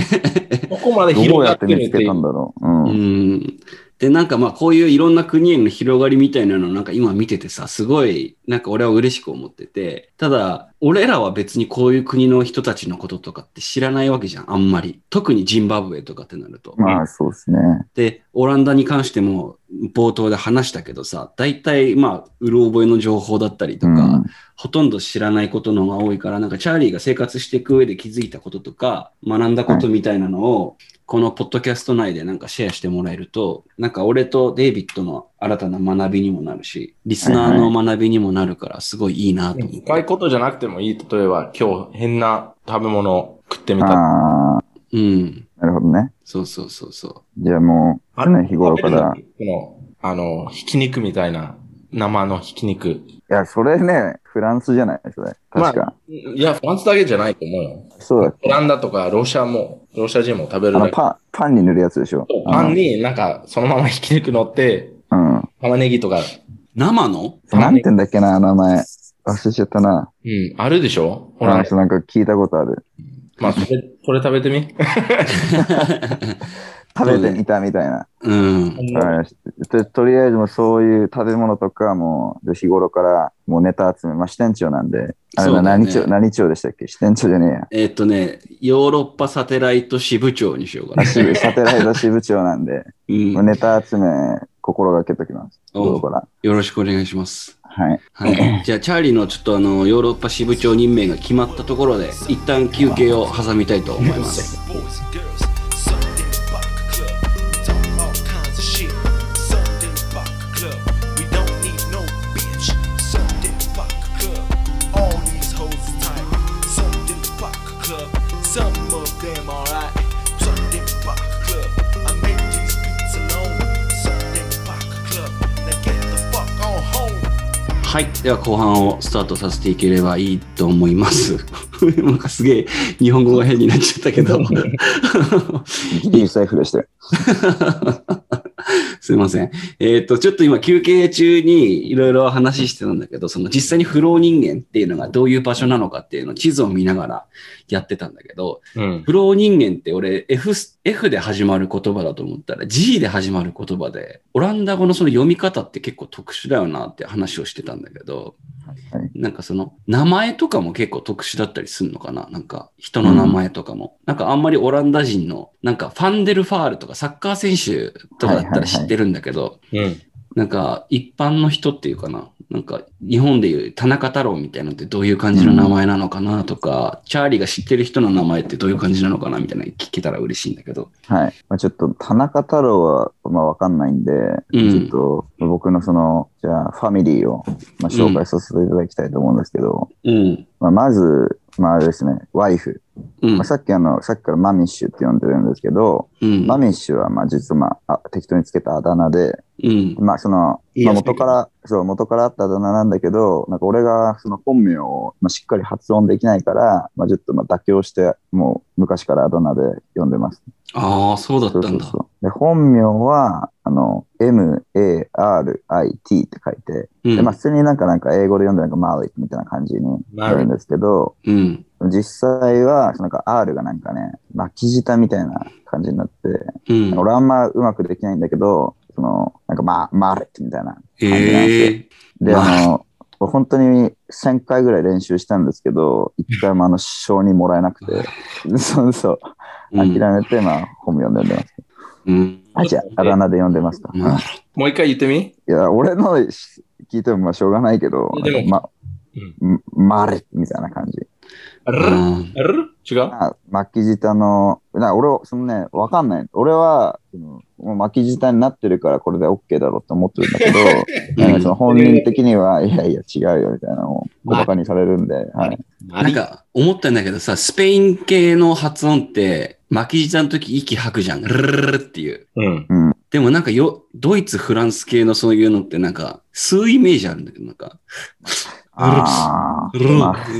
B: ここまで
C: ど
B: 広
C: う
B: が
C: や
B: っ
C: ってて
B: る
C: 見
B: っ
C: つ
B: て
C: け
B: い
C: たん
B: う。
C: だろう。うん。
A: うん。で、なんかまあこういういろんな国への広がりみたいなのなんか今見ててさ、すごいなんか俺は嬉しく思ってて、ただ俺らは別にこういう国の人たちのこととかって知らないわけじゃん、あんまり。特にジンバブエとかってなると。
C: まあ、そうですね。
A: で、オランダに関しても冒頭で話したけどさ、大体まあ、うろ覚えの情報だったりと
C: う
A: か、
C: ん。
A: ほとんど知らないことの方が多いから、なんかチャーリーが生活していく上で気づいたこととか、学んだことみたいなのを、このポッドキャスト内でなんかシェアしてもらえると、なんか俺とデイビッドの新たな学びにもなるし、リスナーの学びにもなるから、すごいいいなと思って。
B: 深いことじゃなくてもいい。例えば、今日変な食べ物食ってみた。
C: ああ、
A: うん。
C: なるほどね。
A: そうそうそうそ
C: じゃあもう、常日頃から。
B: 食べるのこの、あの、ひき肉みたいな、生のひき肉。
C: いや、それね、フランスじゃない、それ。確か。
B: いや、フランスだけじゃないと思うよ。
C: そうだっ
B: オ
C: け。
B: ランダとかロシアも、ロシア人も食べ
C: あ
B: るだ
C: の、
B: け。
C: パン、パンに塗るやつでしょ。
B: パンになんか、そのままひき肉乗って、
C: あの
B: 玉ねぎとか、
A: う。生の
C: うん。なんて言うんだっけな、名前。忘れちゃったな。
B: うん、あるでしょ
C: フ
B: ほ
C: ラ
B: ら
C: ン、スなんか聞いたことある。
B: まあ、それ、それ食べてみ。
C: 食べてみたみたいな。
A: うん。
C: はいととりあえずもうそういう食べ物とかもう日頃からもうネタ集め、まあ、支店長なんで、あれ
A: そうだ
C: だ
A: ね
C: 何町、何町でしたっけ支店長じゃねえや。
A: えっとね、ヨーロッパサテライト支部長にしようかな
C: あ。支サテライト支部長なんで、
A: うん
C: もう。ネタ集め心がけときます。日
A: お
C: 頃
A: う
C: から。
A: よろしくお願いします。
C: はい。
A: はい、じゃあチャーリーのちょっとあのヨーロッパ支部長任命が決まったところで一旦休憩を挟みたいと思います。
D: Music, boys and girls, Sunday Vodka Club. Talk all kinds of shit. Sunday Vodka Club. We don't need no bitch. Sunday Vodka Club. All these hoes is tight. Sunday Vodka Club. Some of them alright. Sunday Vodka Club. I make these beats alone. Sunday Vodka Club. Now get the fuck on home.
A: はい、では後半をスタートさせていければいいと思います。 なんかすげえ日本語が変になっちゃったけど。
C: ギリ財布でしたよ。
A: すいません。えっ、と、ちょっと今休憩中にいろいろ話してたんだけど、その実際にフロー人間っていうのがどういう場所なのかっていうのを地図を見ながらやってたんだけど、
B: うん。
A: フロー人間って俺 F, F で始まる言葉だと思ったら G で始まる言葉で、オランダ語のその読み方って結構特殊だよなって話をしてたんだけど、
C: はい
A: なんかその名前とかも結構特殊だったりするのかななんか人の名前とかも。なんかあんまりオランダ人の、なんかファンデルファールとかサッカー選手とかだったら知ってるんだけど、
B: うん。
A: なんか一般の人っていうかな、なんか日本でいう田中太郎みたいなのってどういう感じの名前なのかなとか、チャーリーが知ってる人の名前ってどういう感じなのかなみたいなの聞けたら嬉しいんだけど。
C: はい。まあ、ちょっと、田中太郎は、まあ、わかんないんで、
A: うん
C: ちょっと、僕のその、じゃあ、ファミリーを、まあ、紹介させていただきたいと思うんですけど、
A: うん。
C: まあ、まず、まあ、あれですね、ワイフ。
A: うん
C: まあ、。さっきあの、さっきからマミッシュって呼んでるんですけど、
A: うん。
C: マミッシュは、まあ、実は、まああ、適当につけたあだ名で、
A: うん。
C: まあ、その、
B: いい
C: ま
B: や
C: あ、
B: つ
C: 元から、そう、元からあったあだ名なんだけど、なんか俺が、その本名を、まあ、しっかり発音できないから、まあ、ちょっと、まあ、妥協して、もう、昔からあだ名で呼んでます。
A: ああ、そうだ
C: そ
A: っ
C: う
A: た
C: そ
A: ん
C: う
A: だ。
C: そう。で、本名は、あの、M-A-R-I-T って書いて、
A: う
C: で、まあ、
A: ん。
C: 普通になんか、なんか、英語で読んで、なんか、マーリットみたいな感じになるんですけど、
A: うん。
C: 実際は、なんか、R がなんかね、巻き舌みたいな感じになって、
A: うん。
C: 俺はあんまうまくできないんだけど、その、なんか、ま、マーリットみたいな。
A: ええ
C: で、
A: まあ
C: あの、本当に1000回ぐらい練習したんですけど、一回もあ の、賞にもらえなくて、そうそう、
A: う
C: 諦
A: ん
C: めて、まあ、本名で呼んでます。
A: うん。
C: あ、じゃあ、あだ名で呼んでますか。
A: まあ
B: もう一回言ってみ
C: いや、俺のし聞いてもまあしょうがないけど、
B: でも
C: ま、んマレみたいな感じ。
B: ある
A: うん
B: ある違う
C: あ巻き舌の、な俺を、そのね、わかんない。俺は、そのもう巻き舌になってるからこれで OK だろうって思ってるんだけど、 なんかその本人的には、いやいや違うよみたいなのを小馬鹿にされるんで、はい。
A: なんか思ったんだけどさ、スペイン系の発音って、巻き舌の時息吐くじゃん。ルルルルルっていう。
B: うん。
A: でもなんかよ、ドイツ、フランス系のそういうのってなんか、吸うイメージあるんだけど、なんか、
C: あ
A: ルルルル
C: ま
B: マフ
A: ル
B: リ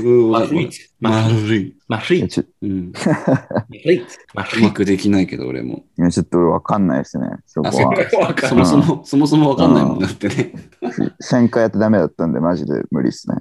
A: ル
B: ーツ。マ
A: 丸い。
B: マフリ
C: ー
B: ーツ。
C: ちょ
A: うん。
B: マフリーツ。マフ
A: う
B: リー
A: まくできないけど、俺も。
C: いやちょっと俺わかんないですね、そこ
A: あそっ
C: は。
B: ツ。わか
A: そ
B: る
A: もそも、そもそもわかんないもんだってね。
C: 1000回やってダメだったんで、マジで無理 ですね。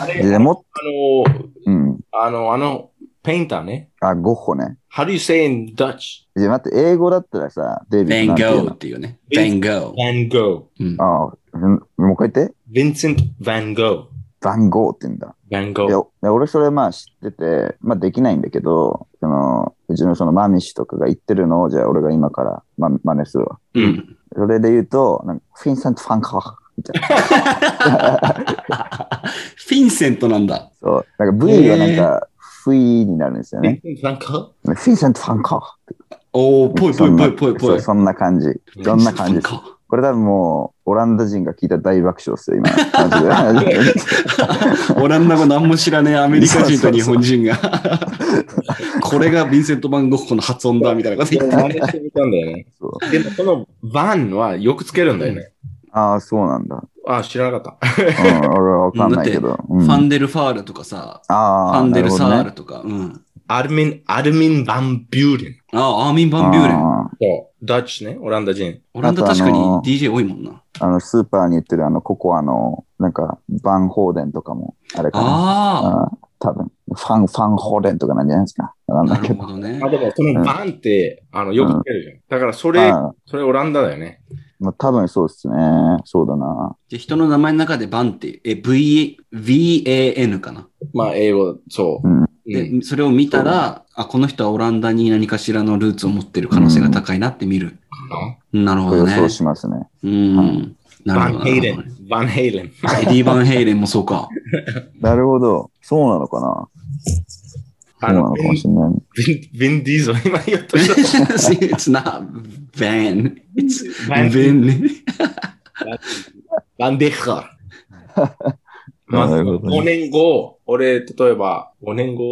B: あれ
C: で、もっ
B: あの、
C: うん。
B: あの、あの、ペインターね。
C: あ、ゴッホね。
B: How do you say in Dutch?
C: じゃあ待って、英語だったらさ、デイビ
A: Van
C: ッドなんて言う
A: Gogh
C: の
A: っていうね。
B: う
A: Van
B: ん
A: Gogh。
B: Van Gogh.
A: うん
C: ああ、んもう一回言って。
B: Vincent Van Gogh.
C: 番号って言うんだ。
B: Van
C: いや
B: Gogh.
C: いや俺それまあ知ってて、まあできないんだけど、その、うちのそのマミシとかが言ってるのを、じゃあ俺が今から、ま、真似するわ。
A: うん。
C: それで言うと、なんかフィンセント・ファンカーみたい な。
A: フィンセントなんだ。
C: そう。なんか V はなんか、フィーになるんですよね。
B: Vincent Van Gogh?
C: フィンセント・ファンカー
A: おー、ぽいぽ
C: そん
A: いぽ
C: ない
A: ぽい
C: そ
A: ぽ
C: う
A: い。
C: そんな感じ。そんな感じです。これ多分もう、オランダ人が聞いたら大爆笑ですよ、今。マジ で
A: オランダ語何も知らねえアメリカ人と日本人が。これがヴィンセント・バン・ゴッホの発音だみたいなこと言って。
B: 真似してみたんだ よね。
C: そう
B: でも、この Van はよくつけるんだよね。
C: ああ、そうなんだ。うん、
B: あ、知らなかった。
C: 俺はわかんないけど。う
A: フ
C: ん
A: ァンデル・ファールとかさ、フ
C: ああ、
A: ァンデル・サ
C: な
A: ー
C: る
A: ルとか。うん。
B: アルミン、アルミン・バン・ビューレン。
A: ああ、アーミン・バ
C: ほ
A: ン・
C: どね
A: ビューレン。
C: あ
B: そう。ダッチね、オランダ人。
A: オランダ
C: あとあ
A: 確かに
C: のー
A: DJ 多いもんな。
C: ーあの、スーパーに売ってるあの、ココアの、なんか、バンホーデンとかも、あれかな。
A: あ
C: あー多分ファン、ファンホーデンとかなんじゃないですか。わか
A: あ、
C: ん
A: な
C: ないけ
A: る
C: ど。
A: ほどね
B: あ、。でも、この Van って、あの、よくつけるじゃん。だから、それ、
C: あ
B: それオランダだよね。
C: ーまあ、多分そうですね。そうだな。
A: じゃあ人の名前の中でバンって、え、V、VAN かな。
B: まあ、英語、そう
C: うん。
B: う
A: で、
B: ん
A: それを見たら、あ、この人はオランダに何かしらのルーツを持ってる可能性が高いなって見る。なる
C: こ
A: ほ
C: れ
A: ど
C: 予
A: ね。
C: 想しますね。
A: うん。な
B: バ
A: るほ
B: ン・
A: ど
B: ヘイレ
A: な。
B: ン。バン・ヘイレン。
A: エディ・バンヘイレンもそうか。
C: なるほど。そうなのかな。そう
B: あ
C: な
B: の、
C: の
B: ヴ
C: か
B: ィ
C: もしれない。
B: ンヴィン・ディーゾル、今言おうと した。
A: It's not van. It's van.
B: バンデッハー。まあ、
C: なるほどね
B: 5年後、俺、例えば、5年後、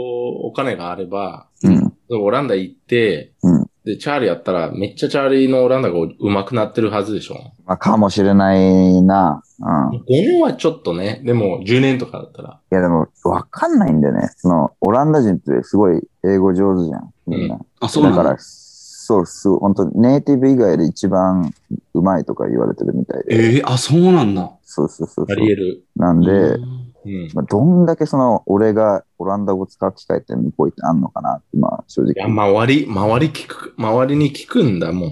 B: お金があれば、
C: うん。
B: オランダ行って、
C: うん
B: で、チャーリーやったら、めっちゃチャーリーのオランダが上手くなってるはずでしょ。
C: まあ、かもしれないな。うん。
B: 5年はちょっとね、でも、10年とかだったら。
C: いやでも、わかんないんだよね。その、オランダ人ってすごい英語上手じゃん。みんな。
A: あ、そうな
C: だか
A: の
C: ら、そうそう、本当にネイティブ以外で一番うまいとか言われてるみたいで。
A: えー、あ、そうなんだ。
C: そうそうそう
B: あ
C: そ
B: り得
C: う。
B: る。
C: なんで、
A: うん
B: うん。
C: まあ、どんだけその、俺がオランダ語使う機会って向こう行ってあんのかなって、まあ正
B: いや、
C: 直。
B: 周り、周り聞く、周りに聞くんだもん。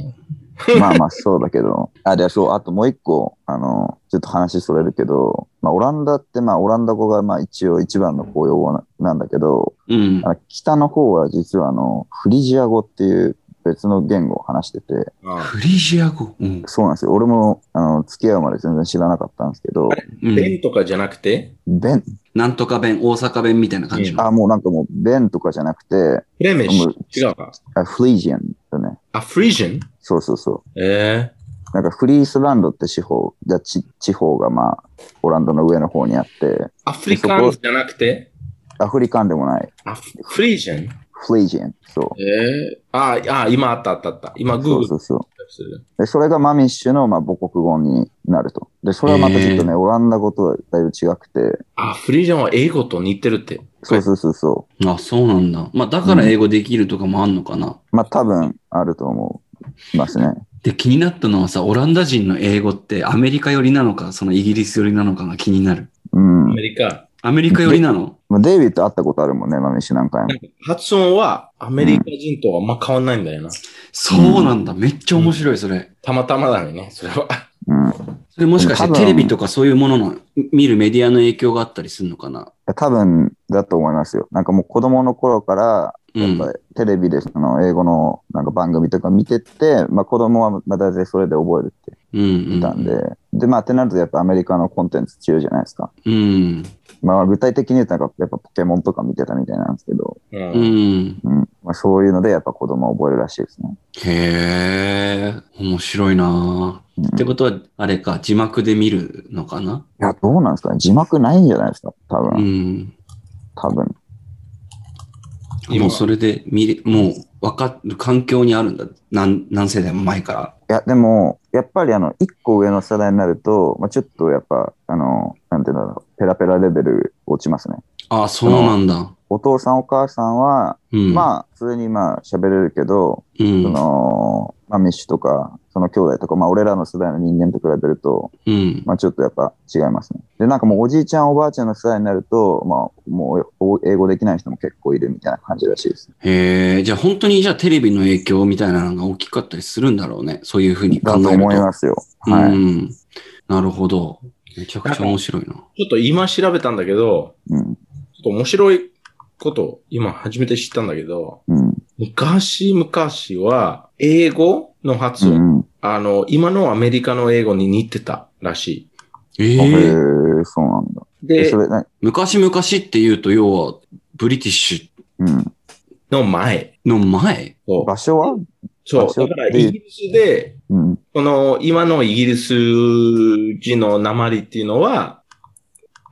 C: まあまあそうだけど。あ、で、そう、あともう一個、あの、ちょっと話それるけど、まあオランダってまあオランダ語がまあ一応一番の公用語ななんだけど、
A: うん。
C: あの北の方は実はあのフリジア語っていう別の言語を話してて、
B: あ
A: フリジア語。うん。
C: そうなんですよ。俺もあの付き合うまで全然知らなかったんですけど、
A: う
B: あ
A: ん
B: ペンとかじゃなくて、
C: ベン、
A: なんとか弁、大阪弁みたいな感じの。
C: あ、もうなんかもうベンとかじゃなくて、
B: フレメッシ
C: うん
B: ュ。違うか。
C: あフリジアンだね。
B: あ、フリジン
C: そうそうそう。
B: え
C: なんかフリースランドって地方、じゃち地方がまあオランダの上の方にあって、
B: ー、アフリカンじゃなくて、
C: アフリカンでもない、
B: あフフリジン
C: フリジアン。そう。
B: ええああ、あ今あったあったあった。今、グー
C: そ
B: グ
C: う
B: ル
C: そうそう。
B: する。
C: で、それがマミッシュのまあ母国語になると。で、それはまたちょっとね、オランダ語とはだいぶ違くて、
B: あ、フリージャンは英語と似てるって。
C: そうそうそうそう。
A: あ、そうなんだ。まあ、だから英語できるとかもあんのかな。
C: まあ多分あると思いますね。
A: で、気になったのはさ、オランダ人の英語ってアメリカ寄りなのか、そのイギリス寄りなのかが気になる。
C: うん
B: ア。メリカ。
A: アメリカ寄りなの
C: まあ、デイビッド会ったことあるもんね、マミシ何回も。
B: 発音はアメリカ人とはあんま変わんないんだよな。
A: そうなんだ。めっちゃ面白い、それ。
B: たまたまだね、それは。
C: うん。
A: それもしかし
C: 多
A: て
C: 分
A: テレビとかそういうものの見るメディアの影響があったりするのかな
C: 多分だと思いますよ。なんかもう子供の頃から、
A: う
C: や
A: ん
C: っ。ぱりテレビでその英語のなんか番組とか見てて、まあ子供はまあ大体それで覚えるって
A: うん。
C: 言ったんで、で、まあってなるとやっぱアメリカのコンテンツ強いじゃないですか。
A: うん。
C: まあ具体的に言うとなんかやっぱポケモンとか見てたみたいなんですけど、
B: う。
A: うんん。
C: うん。まあそういうのでやっぱ子供は覚えるらしいですね。
A: へえ、面白いな
C: う
A: ぁ
C: ん
A: ってことは、あれか、字幕で見るのかない
C: や、どうなんですかね字幕ないんじゃないですか多
A: う
C: 分、
A: ん。
C: 多分。
A: もうそれで見れ、もう分かる環境にあるんだ。何、何世代も前から。
C: いや、でも、やっぱりあの、一個上の世代になると、まあ、ちょっとやっぱ、あの、なんていうんだろう、ペラペラレベル落ちますね。
A: ああ、そうなんだ。
C: お父さんお母さんは、
A: うん。あ、
C: まあ、普通にまあ、喋れるけど、
A: うん
C: そ。の、まあ、ミッシュとか、その兄弟とか、まあ、俺らの世代の人間と比べると、
A: うん。
C: まあ、ちょっとやっぱ違いますね。で、なんかもうおじいちゃんおばあちゃんの世代になると、まあ、もうお英語できない人も結構いるみたいな感じらしいです。
A: へえ、じゃあ本当にじゃあテレビの影響みたいなのが大きかったりするんだろうね。そういうふうに考え
C: だ
A: る
C: と
A: と。
C: 思いますよ。は
A: う
C: い。
A: ん。なるほど。めちゃくちゃ面白いな。
B: ちょっと今調べたんだけど、
C: うん。
B: ちょっと面白いこと、今初めて知ったんだけど、
C: うん。
B: 昔々は、英語の発
C: う
B: 音、
C: ん。
B: あの、今のアメリカの英語に似てたらし
A: え
C: へ
A: え。
C: ー、そうなんだ。
B: い。
C: え、
B: で
C: そ、れ、な
A: 昔々っていうと、要は、ブリティッシ
C: うん。
B: の前。
A: ュの前
B: そう
C: 場所は
B: そう。
C: 場
B: だ
C: 所
B: から、イギリスで、
C: うん。
B: この、今のイギリス人の鉛っていうのは、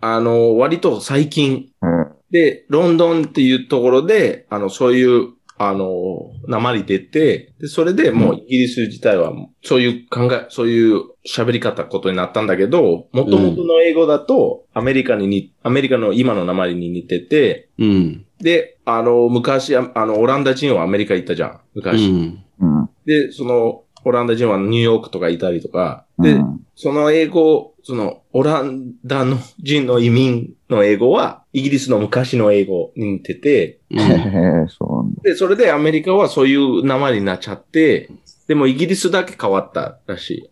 B: あの、割と最近。
C: えー
B: で、ロンドンっていうところで、あの、そういう、あの、鉛出て、でそれでもうイギリス自体は、そういう考え、そういう喋り方ことになったんだけど、元々の英語だと、アメリカにに、アメリカの今の鉛に似てて、
A: うん。
B: で、あの、昔、ああの、オランダ人はアメリカ行ったじゃん、
A: う
B: 昔。
A: ん。
C: うん。
B: で、その、オランダ人はニューヨークとかいたりとか、で、
C: うん
B: その英語、その、オランダの人の移民の英語は、イギリスの昔の英語に似てて、
A: うん
C: へ へへ、そうなんだ。
B: で、それでアメリカはそういう名前になっちゃって、でもイギリスだけ変わったらし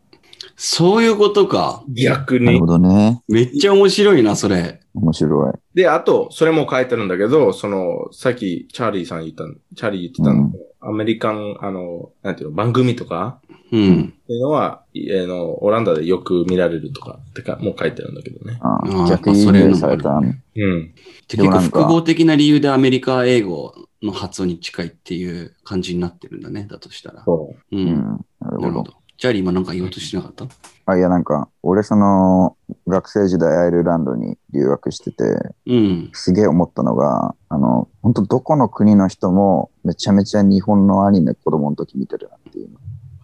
A: そういうことか。
B: い。逆
C: なる
B: に
C: ほ。どね。
A: めっちゃ面白いな、それ。
C: 面白い。
B: で、あと、それも書いてあるんだけど、その、さっき、チャーリーさん言ったん、チャーリー言ってたんだけど、アメリカン、あの、なんていうの、番組とか
A: うん。
B: っていうのは、いあの、オランダでよく見られるとか、ってか、もう書いてあるんだけどね。
C: あ
A: あー
C: あ逆
A: まあ
C: 輸
A: それ
C: 入
A: の
C: された。
B: うん。
A: 結
C: でも
A: 構
C: なんか
A: 複合的な理由でアメリカ英語の発音に近いっていう感じになってるんだね。だとしたら。
B: そう。
A: う。
C: うんん。なる
A: な
C: ほ
A: るほ
C: ど。
A: ど。チャーリー今なんか言おうとしてなかった
C: あ、いや、なんか、俺、その、学生時代アイルランドに留学してて、
A: うん。
C: すげえ思ったのが、あの、本当どこの国の人も、めちゃめちゃ日本のアニメ子供の時見てるなっていうのが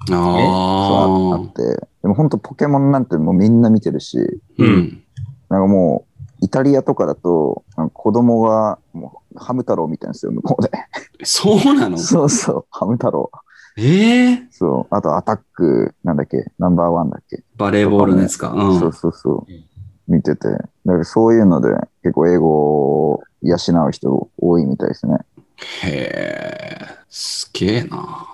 C: そうあ
A: あ
C: っ
A: あ。
C: て、でも本当ポケモンなんてもうみんな見てるし、
A: うん。
C: なんかもう、イタリアとかだと、なんか子供が、もう、ハム太郎みたいなんですよ、向こうで。
A: そうなの
C: そうそう、ハム太郎。
A: ええ
C: そう。あと、アタック、なんだっけ、ナンバーワンだっけ。
A: バレーボールのやつか。うん。
C: そうそうそう
B: うん。
C: 見てて。だからそういうので、結構英語を養う人多いみたいですね。
A: へえ、すげえな。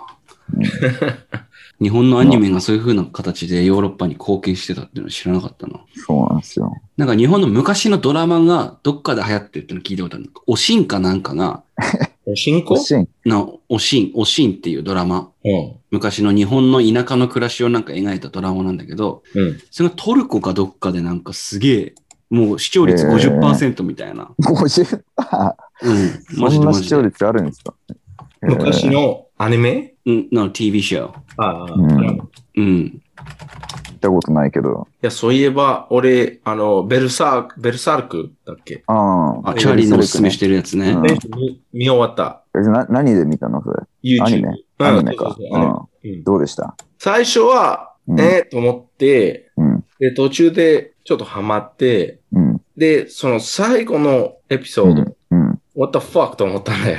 A: 日本のアニメがそういう風な形でヨーロッパに貢献してたっていうのは知らなかったな。
C: そうなんですよ。
A: なんか日本の昔のドラマがどっかで流行ってるっていうの聞いたことある。おしんかなんかが、
B: お進行
C: シン。
A: なおしん、おしんっていうドラマ。
B: うん。
A: 昔の日本の田舎の暮らしをなんか描いたドラマなんだけど、
B: うん。
A: それがトルコかどっかでなんかすげえ、もう視聴率
C: へえ
A: 50%みたいな。う
C: 50%?
A: ん。 マジ
C: そ
A: で
C: ん
A: マ
C: な
A: ジ
C: 視
A: で。
C: 聴率あるんですか
B: 昔のアニメ
A: うん、の TV ショー。
B: ああ、
C: うん
B: い
A: うん。
C: 見たことないけど。
B: や、そういえば、俺、あの、ベルサーク、ベルサークだっけ、
C: あ
A: あ、チャーリーのおすすめしてるやつね。
C: うん
B: え見見終わった。
C: あ。な何で見たのそれ。
B: YouTube。
C: アニメ
B: うん
C: アニメか
B: そう。そう
C: う
B: そうアニ
C: ん。
B: メうん
C: どうでした
B: 最初は、
C: うん
B: えーと思って、
C: うん。
B: で、途中でちょっとハマって、
C: うん。
B: で、その最後のエピソード、
C: うんうん。
B: what the fuck と思ったんだよ。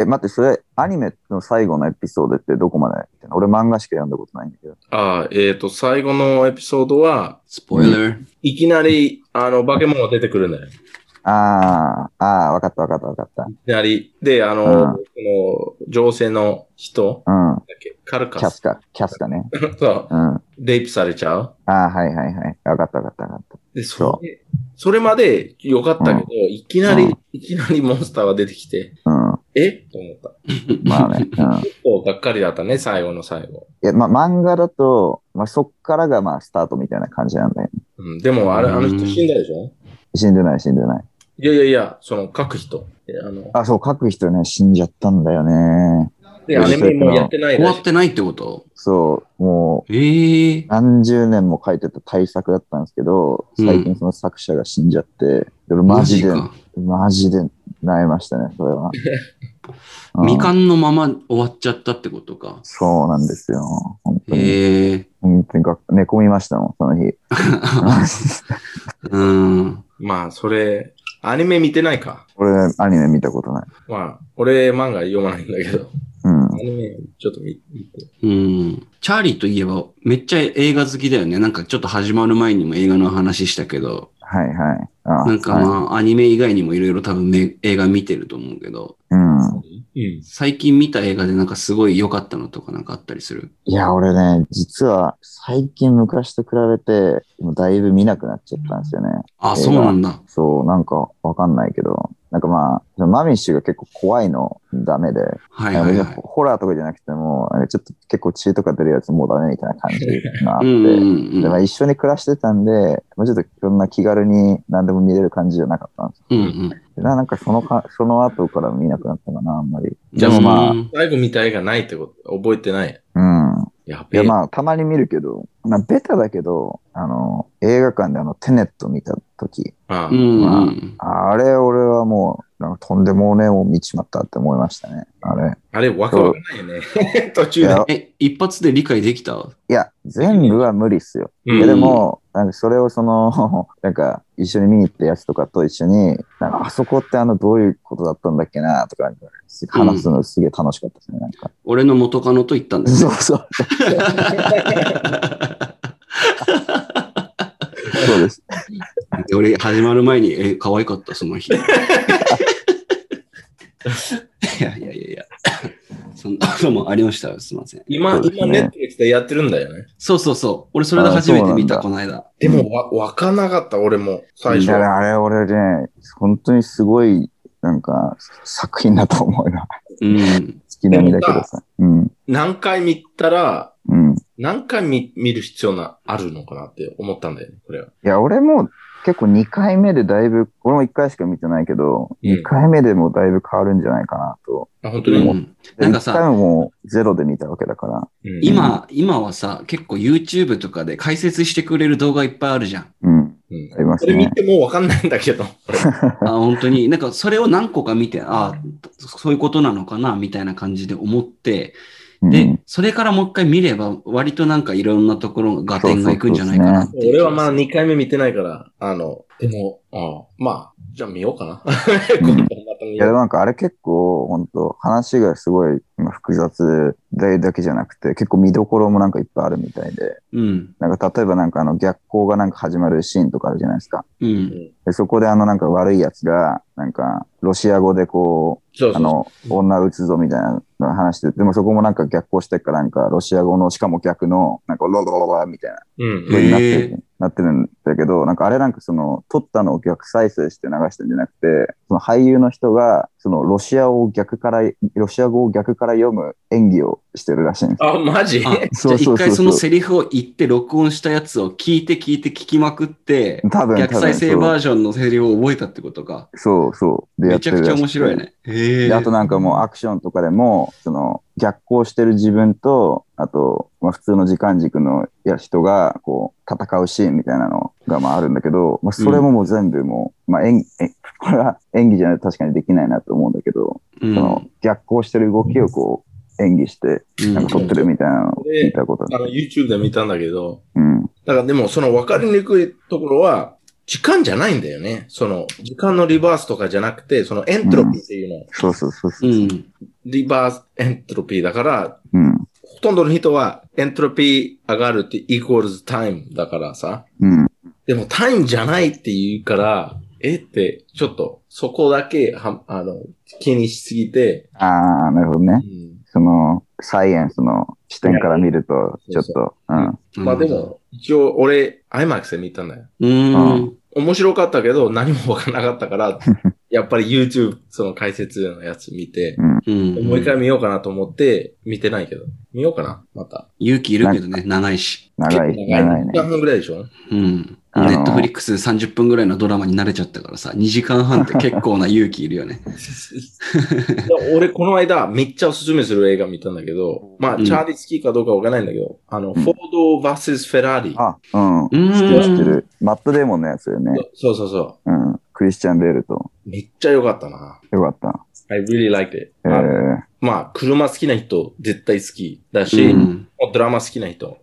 C: え、待って、それ、アニメの最後のエピソードってどこまで見てんの俺漫画しか読んだことないんだけど。
B: ああ、えーと、最後のエピソードは、
A: スポイラー。
B: いきなり、あの、化け物が出てくるんだよ。
C: ああ、ああ、わかったわかったわかった。
B: いきなり。で、あの、
C: うん
B: この、情勢の人
C: うん。
B: だっけカル
C: キャ
B: カ
C: ス
B: ス。
C: カ、キャスカね。
B: そう。
C: うん。あ
B: レイプされちゃう
C: あ、はいはいはい。わかったわかったわかっ
B: で、それ、それまで良かったけど、いきな
C: う
B: り
C: ん、
B: いきなりモンスターが出てきて、
C: た。うん。
B: えと思った。
C: まあね。うん。
B: ちょっとがっかりだったね、最後の最後。
C: いや、まあ漫画だと、まあそっからがまあスタートみたいな感じなんだよね。
B: うん、でも、あれ、
A: うん
B: あの人死んだでしょ
C: 死んでない死んでない。
B: いやいやいや、その、書く人。えあの、
C: あ、そう、書く人ね、死んじゃったんだよね。
B: で、
C: うん
B: アニメもやってない
A: 終わ
B: らしい
A: ってないってこと
C: そう、も
A: ええ
C: う何十年も書いてた大作だったんですけど、最近その作者が死んじゃって、でもマジで、
A: か。
C: マジで悩みましたね、それは。うん
A: 未完のまま終わっちゃったってことか。
C: そうなんですよ。本当に。
A: ええ
C: 本当にが寝込みましたもん、その日。
A: うん。
B: まあ、それ、アニメ見てないか。
C: 俺、アニメ見たことない。
B: まあ、俺、漫画読まないんだけど、
C: うん
B: ア。ニメ、ちょっと見見て。
A: うん。チャーリーといえば、めっちゃ映画好きだよね。なんかちょっと始まる前にも映画の話したけど、
C: はいはい。あ
A: なんか
C: はい、
A: まあ、アニメ以外にもいろいろ多分め映画見てると思うけど、
C: うん。
B: うん。
A: 最近見た映画でなんかすごい良かったのとかなんかあったりする。
C: いや、俺ね、実は最近昔と比べて、もうだいぶ見なくなっちゃったんですよね。
A: あ、そうなんだ。
C: そう、なんかわかんないけど。なんかまあ、マミッシュが結構怖いのダメで、
A: はいはい
C: なん
A: は
C: か
A: い。
C: ホラーとかじゃなくても、なんかちょっと結構血とか出るやつもうダメみたいな感じがあっ
A: う
C: て、
A: んうん
C: で
A: う
C: まあ、
A: ん。
C: 一緒に暮らしてたんで、まあ、ちょっといろんな気軽に何でも見れる感じじゃなかったんです
A: うんうん。
C: けど、ななんかそのか、その後から見なくなったかな、あんまり。
B: でも
C: まあ
A: うん
B: 最後見た映画ないってこと、覚えてない。
C: うん。
B: や
C: い
B: べえ。
C: や、まあ、たまに見るけど、まあ、ベタだけど、あの、映画館であの、テネット見た時
B: ああ
A: うん
C: まあ
A: うん。
C: あれ、俺はもう、なんかとんでもねえもん見ちまったって思いましたね。あれ。
B: あれ、わかわかんないよね。 途中で。
C: いや、
A: え、一発で理解できた
C: いや全部は無理っすよ。
B: うん
C: いやでも、なんかそれをその、 なんか一緒に見に行ったやつとかと一緒に、なんかあそこってあのどういうことだったんだっけなとか、話すのすげえ楽しかったですね、なんか。
A: 俺の元カノと言ったんだよ。
C: そうそう、そうです。
A: で俺、始まる前に、え、可愛かった、その 日。いやいやいやいや。そんなこともありましたよ。すみません。
B: 今、
C: そうですね
B: 今、ネットフリックスでやってるんだよね。
A: そうそうそう。俺、それで初めて見た、
C: あ
A: こ
C: そ
A: の間。
B: でも、わ、わかんなかった、俺も。最
C: だ
B: 初
C: か。らあれ俺ね、本当にすごい、なんか作品だと思うな。
A: うん。
C: 好きな身だけどさ。うん。
B: 何回見たら、
C: うん。い
B: 何回見見る必要な、あるのかなって思ったんだよね、これは。
C: や、俺も結構2回目でだいぶ、俺も1回しか見てないけど、
B: うん
C: 2回目でもだいぶ変わるんじゃないかなと。
B: あ、本当
A: う
B: に。
A: ん、なんかさ
C: 1回もゼロで見たわけだから。
B: うん
A: 今、今はさ、結構 YouTube とかで解説してくれる動画いっぱいあるじゃん。
C: うん。
B: うん
C: あります
B: これ
C: ね。
B: 見てもわかんないんだけど。
A: あ、本当に。なんか、それを何個か見て、あそういうことなのかな、みたいな感じで思って、
C: う
A: で
C: ん、、
A: それからもう一回見れば、割となんかいろんなところが合点がいくんじゃないかなっていう気がする
B: 俺はまあ2回目見てないから、あの、でも、ああまあ、じゃあ見ようかな。 今度また見
C: いや、で
B: よう
C: もなんかあれ結構、本当話がすごいまあ複雑でだけじゃなくて、結構見どころもなんかいっぱいあるみたいで、
A: うん。
C: なんか例えばなんかあの逆光がなんか始まるシーンとかあるじゃないですか。
A: うん。
C: でそこであのなんか悪いやつが、なんかロシア語でこ
B: そう
C: う、あ
B: そう
C: の、女撃つぞみたいなの話してて、でもそこもなんか逆行してっからなんかロシア語の、しかも逆の、なんかロロロロロみたいな
B: うん。
C: 風になって
A: へ
C: る、なってるんだけど、なんかあれなんかその、撮ったのを逆再生して流してんじゃなくて、その俳優の人が、そのロシアを逆から、ロシア語を逆から読む演技をしてるらしいんです。
B: あ、マジ
A: あ、じゃあ一回そのセリフを言って録音したやつを聞いて聞いて聞きまくって、
C: 多分、
A: 逆再生
C: 多分
A: バージョンのセリフを覚えたってことか。
C: そうそう。でや
A: め
C: っ
A: ち
C: て
A: ゃ
C: る
A: くちゃ
C: らしくて
A: 面白い。ね。へ
C: で
A: え。
C: あとなんかもうアクションとかでも、その逆行してる自分と、あと、まあ普通の時間軸のや人が、こう、戦うシーンみたいなのがまああるんだけど、まあそれももう全部もう、まあ演技、え これは演技じゃないと確かにできないなと思うんだけど、
A: うん、
C: その逆行してる動きをこう、演技して、
A: うん
C: なんか撮ってるみたいなのを
B: で
C: 見たことあ
B: あ
C: る。
B: の、YouTube で見たんだけど、
C: うん。
B: だからでもその分かりにくいところは、時間じゃないんだよね。その、時間のリバースとかじゃなくて、そのエントロピーっていうの、
C: そうそうそうそうう。
A: ん。
B: リバースエントロピーだから、
C: うん。
B: ほとんどの人はエントロピー上がるってイコールズタイムだからさ。
C: うん。
B: でもタイムじゃないって言うから、えって、ちょっと、そこだけは、あの、気にしすぎて、
C: ああ、なるほどね
B: う。ん
C: その、サイエンスの視点から見ると、ちょっと、うん。
B: まあでも、一応俺、IMAX で見たんだよ。
A: うん。
C: うん
B: 面白かったけど、何もわからなかったから、やっぱり YouTube、その解説のやつ見て、
A: うん。
B: もう一回見ようかなと思って、見てないけど。見ようかな、また。
A: 勇気いるけどね、長いし。
C: 長い、
B: 結構
C: 長い
B: 1
C: ね
B: 時。間半ぐらいでしょ
A: うん。
C: あのー
A: ネットフリックス30分ぐらいのドラマに慣れちゃったからさ、2時間半って結構な勇気いるよね。
B: いや俺、この間、めっちゃおすすめする映画見たんだけど、まあ、
A: うん
B: チャーリー好きかどうかわからないんだけど、あの、フォード VS フェラーリ。
C: あ、うん。
A: うん。
C: 知ってる、知ってる。マットデーモンのやつよね。
B: そうそうそ
C: うん。クリスチャン・ベールと。
B: う。めっちゃ良かったな。
C: よかった。
B: I really liked it.
C: え
B: あの
C: ー、
B: まあ、車好きな人、絶対好きだし、
A: うん。
B: もうドラマ好きな人、好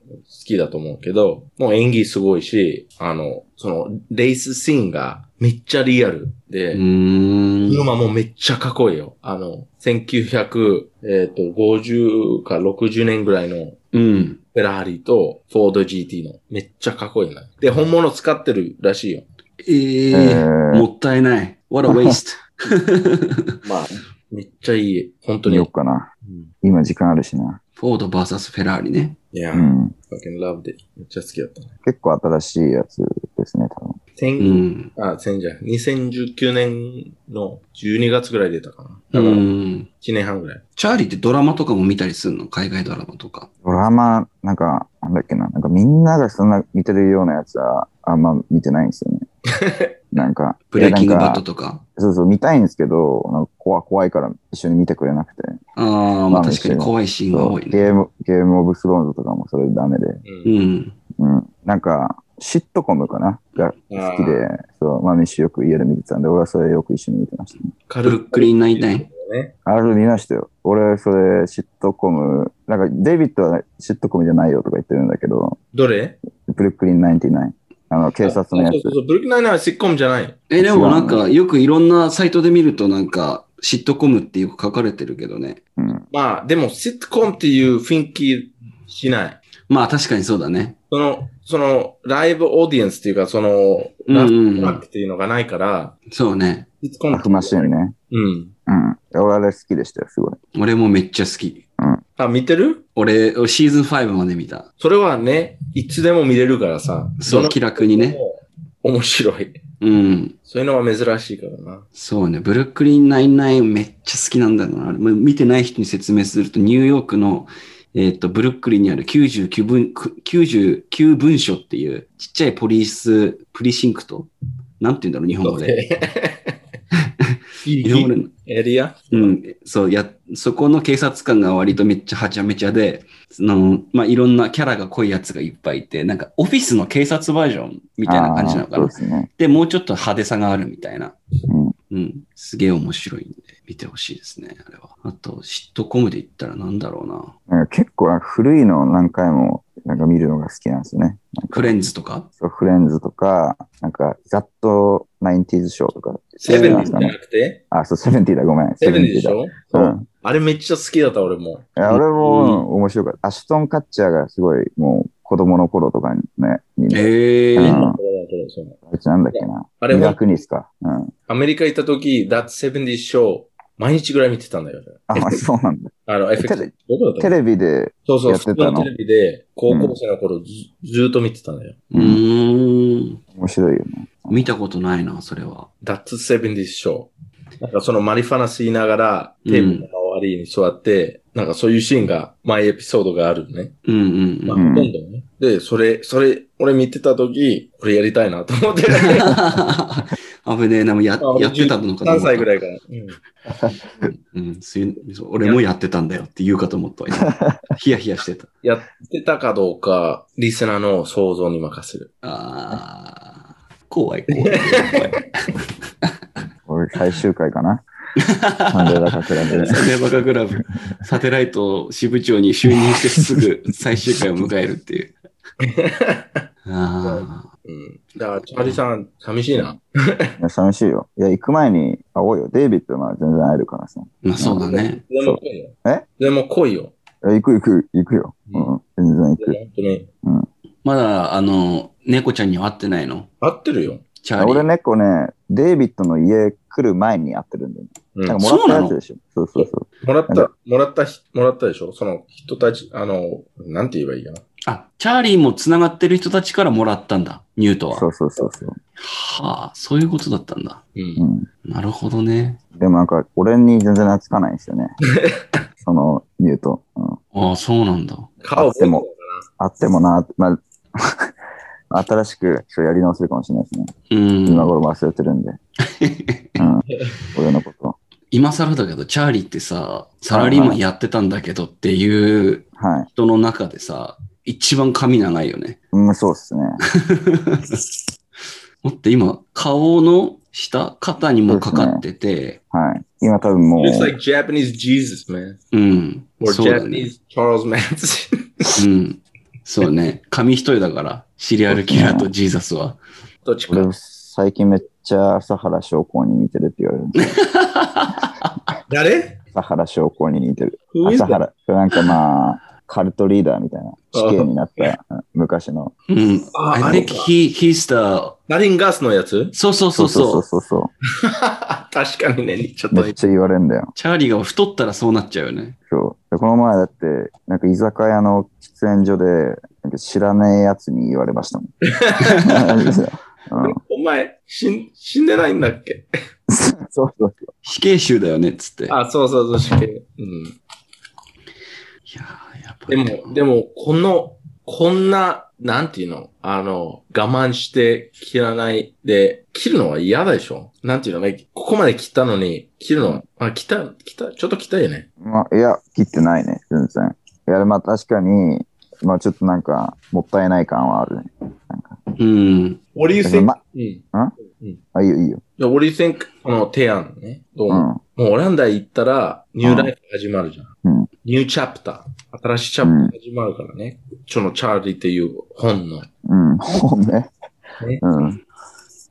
B: きだと思うけど、もう演技すごいし、あの、その、レースシーンがめっちゃリアルで、
A: うん。
B: 車もめっちゃかっこいいよ。あの、1950、えーと50か60年ぐらいの
A: うん。
B: フェラーリとフォード GT のめっちゃかっこいいな。で、本物使ってるらしいよ。
A: え
C: え
A: え。
C: ー、
A: もったいない。What a waste.
B: まあ、めっちゃいい。本当に。
C: 見よっかな。
B: うん
C: 今時間あるしな。
A: フォード VS フェラーリね。
B: いや、
C: う
B: fucking
C: ん。
B: love it. めっちゃ好きだったね。
C: 結構新しいやつですね、多分。
A: う
B: 千
A: ん。
B: あ、千じゃない2019年の12月ぐらい出たか
A: う
B: な。だから、1
A: ん。
B: 年半ぐらい。
A: チャーリーってドラマとかも見たりするの海外ドラマとか。
C: ドラマ、なんか、なんだっけな。なんかみんながそんな見てるようなやつは、あんま見てないんですよね。 なんか。
A: ブレイキング
C: いやな
A: バッ
C: んか
A: トとか。
C: そうそう、見たいんですけど、なんか怖怖いから一緒に見てくれなくて。
A: ああ、ま
C: ま
A: あ
C: あ
A: 確かに怖いシーンが
C: そ
A: 多
C: う
A: いね。
C: ゲーム、ゲームオブスローンズとかもそれダメで。
B: う。
A: うんん。
C: うん。なんか、シットコムかなが好きで、そう、まあ、飯よく家で見てたんで、俺はそれよく一緒に見てましたね。
B: カ
A: ブルックリン99。
B: ね。
C: あれ見ましたよ。俺、それ、シットコム、なんか、デイビッドはシットコムじゃないよとか言ってるんだけど、
B: どれ
C: ブルックリン99、あの、警察のや
B: あそうそう
C: つ。
B: そう。ブルックリン99はシッコムじゃない。
A: え、でもなんかよくいろんなサイトで見るとなんか、シットコムってよく書かれてるけどね。
C: うん。
B: まあ、でも、シットコムっていう雰囲気しない。
A: まあ確かにそうだね。
B: その、その、ライブオーディエンスっていうか、その、
A: うん
B: ラ
A: うんうん
B: フトラックっていうのがないから、
A: そうね。
B: シットコム
C: タフマシーンね。
B: うん。
C: うん。俺、あれ好きでしたよ、すごい。
A: 俺もめっちゃ好き。
B: あ、見てる
A: 俺、シーズン5まで見た。
B: それはね、いつでも見れるからさ。
A: そう
B: どの
A: 気楽にね。
B: 面白い。
A: うん。
B: そういうのは珍しいからな。
A: そうね。ブルックリン99めっちゃ好きなんだよな。あれもう見てない人に説明すると、ニューヨークの、えっ、と、ブルックリンにある99分、99分所っていうちっちゃいポリス、プリシンクトなんて言うんだろう、日本語 で。
B: い
A: 日本語で
B: エリア
A: うん、そうや、そこの警察官が割とめっちゃはちゃめちゃで、その、まあ、いろんなキャラが濃いやつがいっぱいいて、なんかオフィスの警察バージョンみたいな感じなのか
C: あー
A: な。
C: そうですね。
A: で、もうちょっと派手さがあるみたいな。
C: うん。
A: うん、すげえ面白いんで、見てほしいですね、あれは。あと、シットコムで言ったらなんだろうな。
C: なんか結構、なんか古いのを何回も、なんか見るのが好きなんですよね。
A: フレンズとか
C: そうフレンズとか、なんか、ざっと 90s ショーとか。
B: セブン
C: そう
B: じ
C: な
B: ゃ
C: んで
B: なくて
C: すかねあ、そう、セブンティーだ、ごめん。
B: セブンで
C: 70
B: しょ
C: だ。うん。
B: あれめっちゃ好きだった、俺も。
C: いや俺
A: うん
C: も面白かった。アシュトン・カッチャーがすごい、もう子供の頃とかにね、にね、
A: ええ
C: う
A: ー
C: ん、
B: これだこれその
C: あいつなんだっけな。
B: あれ
C: ミ
B: も
C: ラクニスか。うん。
B: アメリカ行った時、That 70 Show、毎日ぐらい見てたんだよ。
C: あ、そうなんだ。
B: あの、FX
C: テレ。
B: どこだった
C: テ
B: の
C: レビで、
B: そうそう、
C: やって
B: 普
C: た
B: 通
C: の
B: のテレビで、高校生の頃ず、ずーっと見てたんだよ。
A: うーん。
C: 面白いよね。
A: 見たことないな、それは。
B: That's 70 Show。なんかそのマリファナ吸いながら、テレビの周りに座って、なんかそういうシーンが、毎エピソードがあるのね。
A: うんうん
B: まあ、
A: うん。
B: ほ
C: う
B: と
C: ん
B: んどね。で、それ、それ、俺見てた時、これやりたいなと思 って。
A: 危ねえな、もうややってたのかと思った
B: 3歳ぐらいから。うん
A: うん、すいそう俺もやってたんだよって言うかと思ったわ今。ヒヤヒヤしてた。
B: やってたかどうか、リスナーの想像に任せる。
A: あー怖い怖い怖い。
C: 俺、最終回かな。サンデーラカクラで。
A: サテバカクラブ、サテライト支部長に就任してすぐ最終回を迎えるっていう。あー
B: うん。だから、チャーリーさん、寂しいな。
C: いや寂しいよ。いや、行く前に会おうよ。デイビッドなら全然会えるからさ。い
A: まあそうだね。
B: でも来いよ。
C: え
B: でも来いよ。
C: や行く行く、行くよ。うん。全然行
B: でも
C: く。
B: 本当に。
A: まだ、あの、猫ちゃんには会ってないの
B: 合ってるよ。
A: チャーリー。
C: 俺猫ね、デイビッドの家来る前に会ってるんだよね。
B: うん
C: なんかもらったやつでしょ。そうそうそう。
B: もらっ
C: なん
B: た、もらったひ、もらったでしょその人たち、あの、なんて言えばいいかな。
A: あ、チャーリーも繋がってる人たちからもらったんだ。ニュートは。
C: そうそうそうそう。
A: はあ、そういうことだったんだ。
B: うん
C: うん。
A: なるほどね。
C: でもなんか、俺に全然懐かないんです よね。その、言うと。うん、
A: ああ、そうなんだ。
B: 顔覚えてるか
C: あってもな、まあ、 新しく今日やり直せるかもしれないですね。
A: うん。
C: 今頃忘れてる んで。うん、俺のこと。
A: 今更だけど、チャーリーってさ、サラリーマンやってたんだけどっていう
C: はい。
A: 人の中でさ、一番髪長いよね。
C: うん、そうっすね。
A: もって今、顔の下、肩にもかかってて、
C: はい。今多分も
B: Looks
C: う、
B: like Japanese Jesus, man.
A: うん。
B: Or
A: そうだね。
B: Japanese Charles Manson.
A: うん。そうね。紙一重だから、シリアルキラーとジーザスは。
B: どっちか。
C: 俺最近めっちゃ朝原将校に似てるって言われる んで。
B: 誰
C: 朝原将校に似てる。
B: ?Who is
C: 朝
B: that?
C: 原。なんかまあ、カルトリーダーみたいな死刑になったうん昔の。
A: うん。
B: あ
A: I
B: あれ
A: think
B: か
A: he, he's the,
B: ナリンガスのやつ
A: そうそうそう
C: そ
A: そうう。
C: そうそ
B: 確かにね、ちょっ
C: う。
B: と
C: めっちゃ言われるんだよ。
A: チャーリーが太ったらそうなっちゃうよね。
C: そう。でこの前だって、なんか居酒屋の喫煙所で、なんか知らねえやつに言われましたもん。 うん、
B: お前、死ん死んでないんだっけ
C: そうそうそう。
A: 死刑囚だよね、っつって。いや
B: あ、そうそうそう、死
A: ー
B: 刑。うん。
A: やっぱ
B: で
A: り。
B: も、でも、この、こんな、なんていうのあの、我慢して切らないで、切るのは嫌でしょなんていうのね、ここまで切ったのに、切るのは、あ、切った、切った、ちょっと切ったよね。
C: まあ、いや、切ってないね、全然。いや、まあ確かに、まあちょっとなんか、もったいない感はあるね。
A: うん。
B: What do you
C: だから
B: think?
C: ま
B: うん。
C: あ、いいよいいよ。
B: じゃあ What do you think? この提案ね。どう
C: う。
B: 思うんもうオランダ行ったら、ニューライフ始まるじゃん。
C: うん
B: ニューチャプター。新しいチャプター始まるからね。そのチャーリーっていう本の。だ
C: うん。ほんね。うん。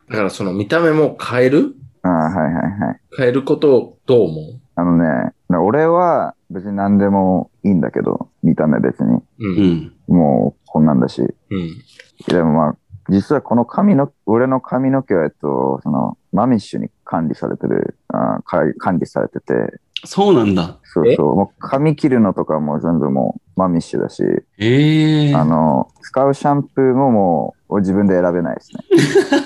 B: からその見た目も変える
C: ああ、はいはいはい。
B: 変えることをどう思
C: あのね、俺は別に何でもいいんだけど、見た目別に。
B: うう。
A: うんん。
C: もう、こんなんだし。
B: うん。
C: でもまあ、実はこの髪の、俺の髪の毛は、えっと、その、マミッシュに管理されてる、あーか管理されてて、
A: そうなんだ。
C: そう
B: え
C: そう、もう髪切るのとかも全部もうマミッシュだし、
A: ええ
C: あの、使うシャンプーももう自分で選べないです ね。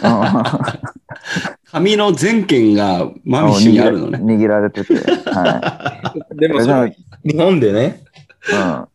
A: 髪の全権がマミッシュにあるのね。
C: 握られてて、は
B: でもそれ、日本でね。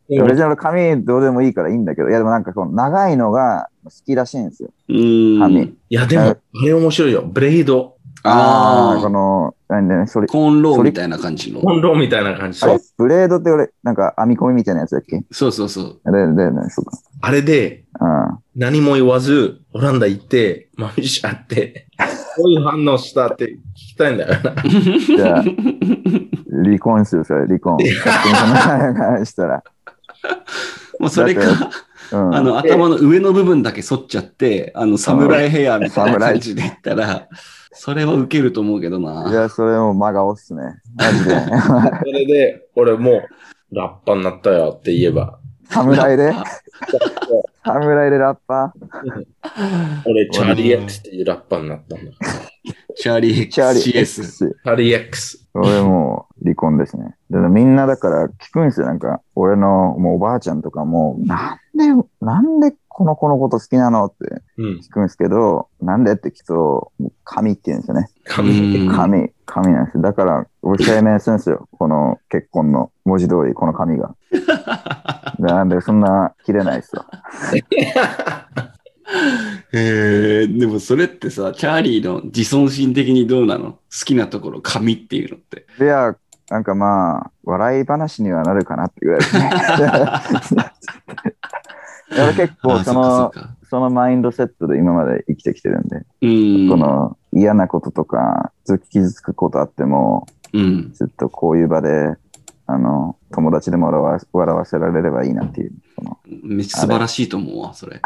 C: い。うん。別に俺髪どうでもいいからいいんだけど、いやでもなんかこの長いのが好きらしいんですよ。
A: うん
C: 髪。
B: いや、でも、
C: は
B: あ
C: い
B: れ面白いよ。ブレイド。
A: あー
C: この、なんでね、それ、
A: コーンローみたいな感じの。
B: 本論みたいな感じ。
C: あ
B: そう
C: れ。ブレードって俺、なんか編み込みみたいなやつだっけ
A: そうそうそう。
C: だよね、だよね、そうか。
B: あれで、
C: うん。
B: 何も言わず、オランダ行って、マミシャって、こういう反応したって聞きたいんだよな。
C: じ ゃあ、離婚する、それ、離婚。勝手にその話したら。
A: まあ、それ
C: だ
A: か、
C: うん。
A: あの、頭の上の部分だけ剃っちゃって、あの、侍ヘアみたいな感じで言ったら、それは受けると思うけど
C: い
A: な。
C: や、それも真顔っすね。マジで。
B: それで、俺もう、ラッパになったよって言えば、
C: 侍で侍でラッパ
B: 俺、チャーリー X っていうラッパになったんだ。チ
A: チャーリー
C: ーチャーリ
A: CS。
C: ー X。
B: ャーリー X。
C: 俺もう離婚ですね。でみんなだから聞くんですよ。なんか、俺のもうおばあちゃんとかも、なんで、なんでこの子のこと好きなのって
B: うん。
C: 聞くんですけど、なんでって聞くと、もう神って言うんですよね。
A: うん
C: 神、神なんですよ。だから、俺声明するんですよ。 この結婚の文字通り、この 神が。なんで、そんな切れないですよ。
A: へえ、でもそれってさ、チャーリーの自尊心的にどうなの好きなところ、髪っていうの って。
C: では、なんかまあ、笑い話にはなるかなってぐらいで すね。いや俺結構
A: あ
C: そ
A: そっ
C: の
A: かそっか
C: そのマインドセットで今まで生きてきてるんで、
A: うん。
C: この嫌なこととか、ずっと傷つくことあっても、
A: うん。
C: ずっとこういう場で、あの、友達でも笑わ笑わせられればいいなっていう。その
A: めっちゃ素晴らしいと思うわ、そ れ。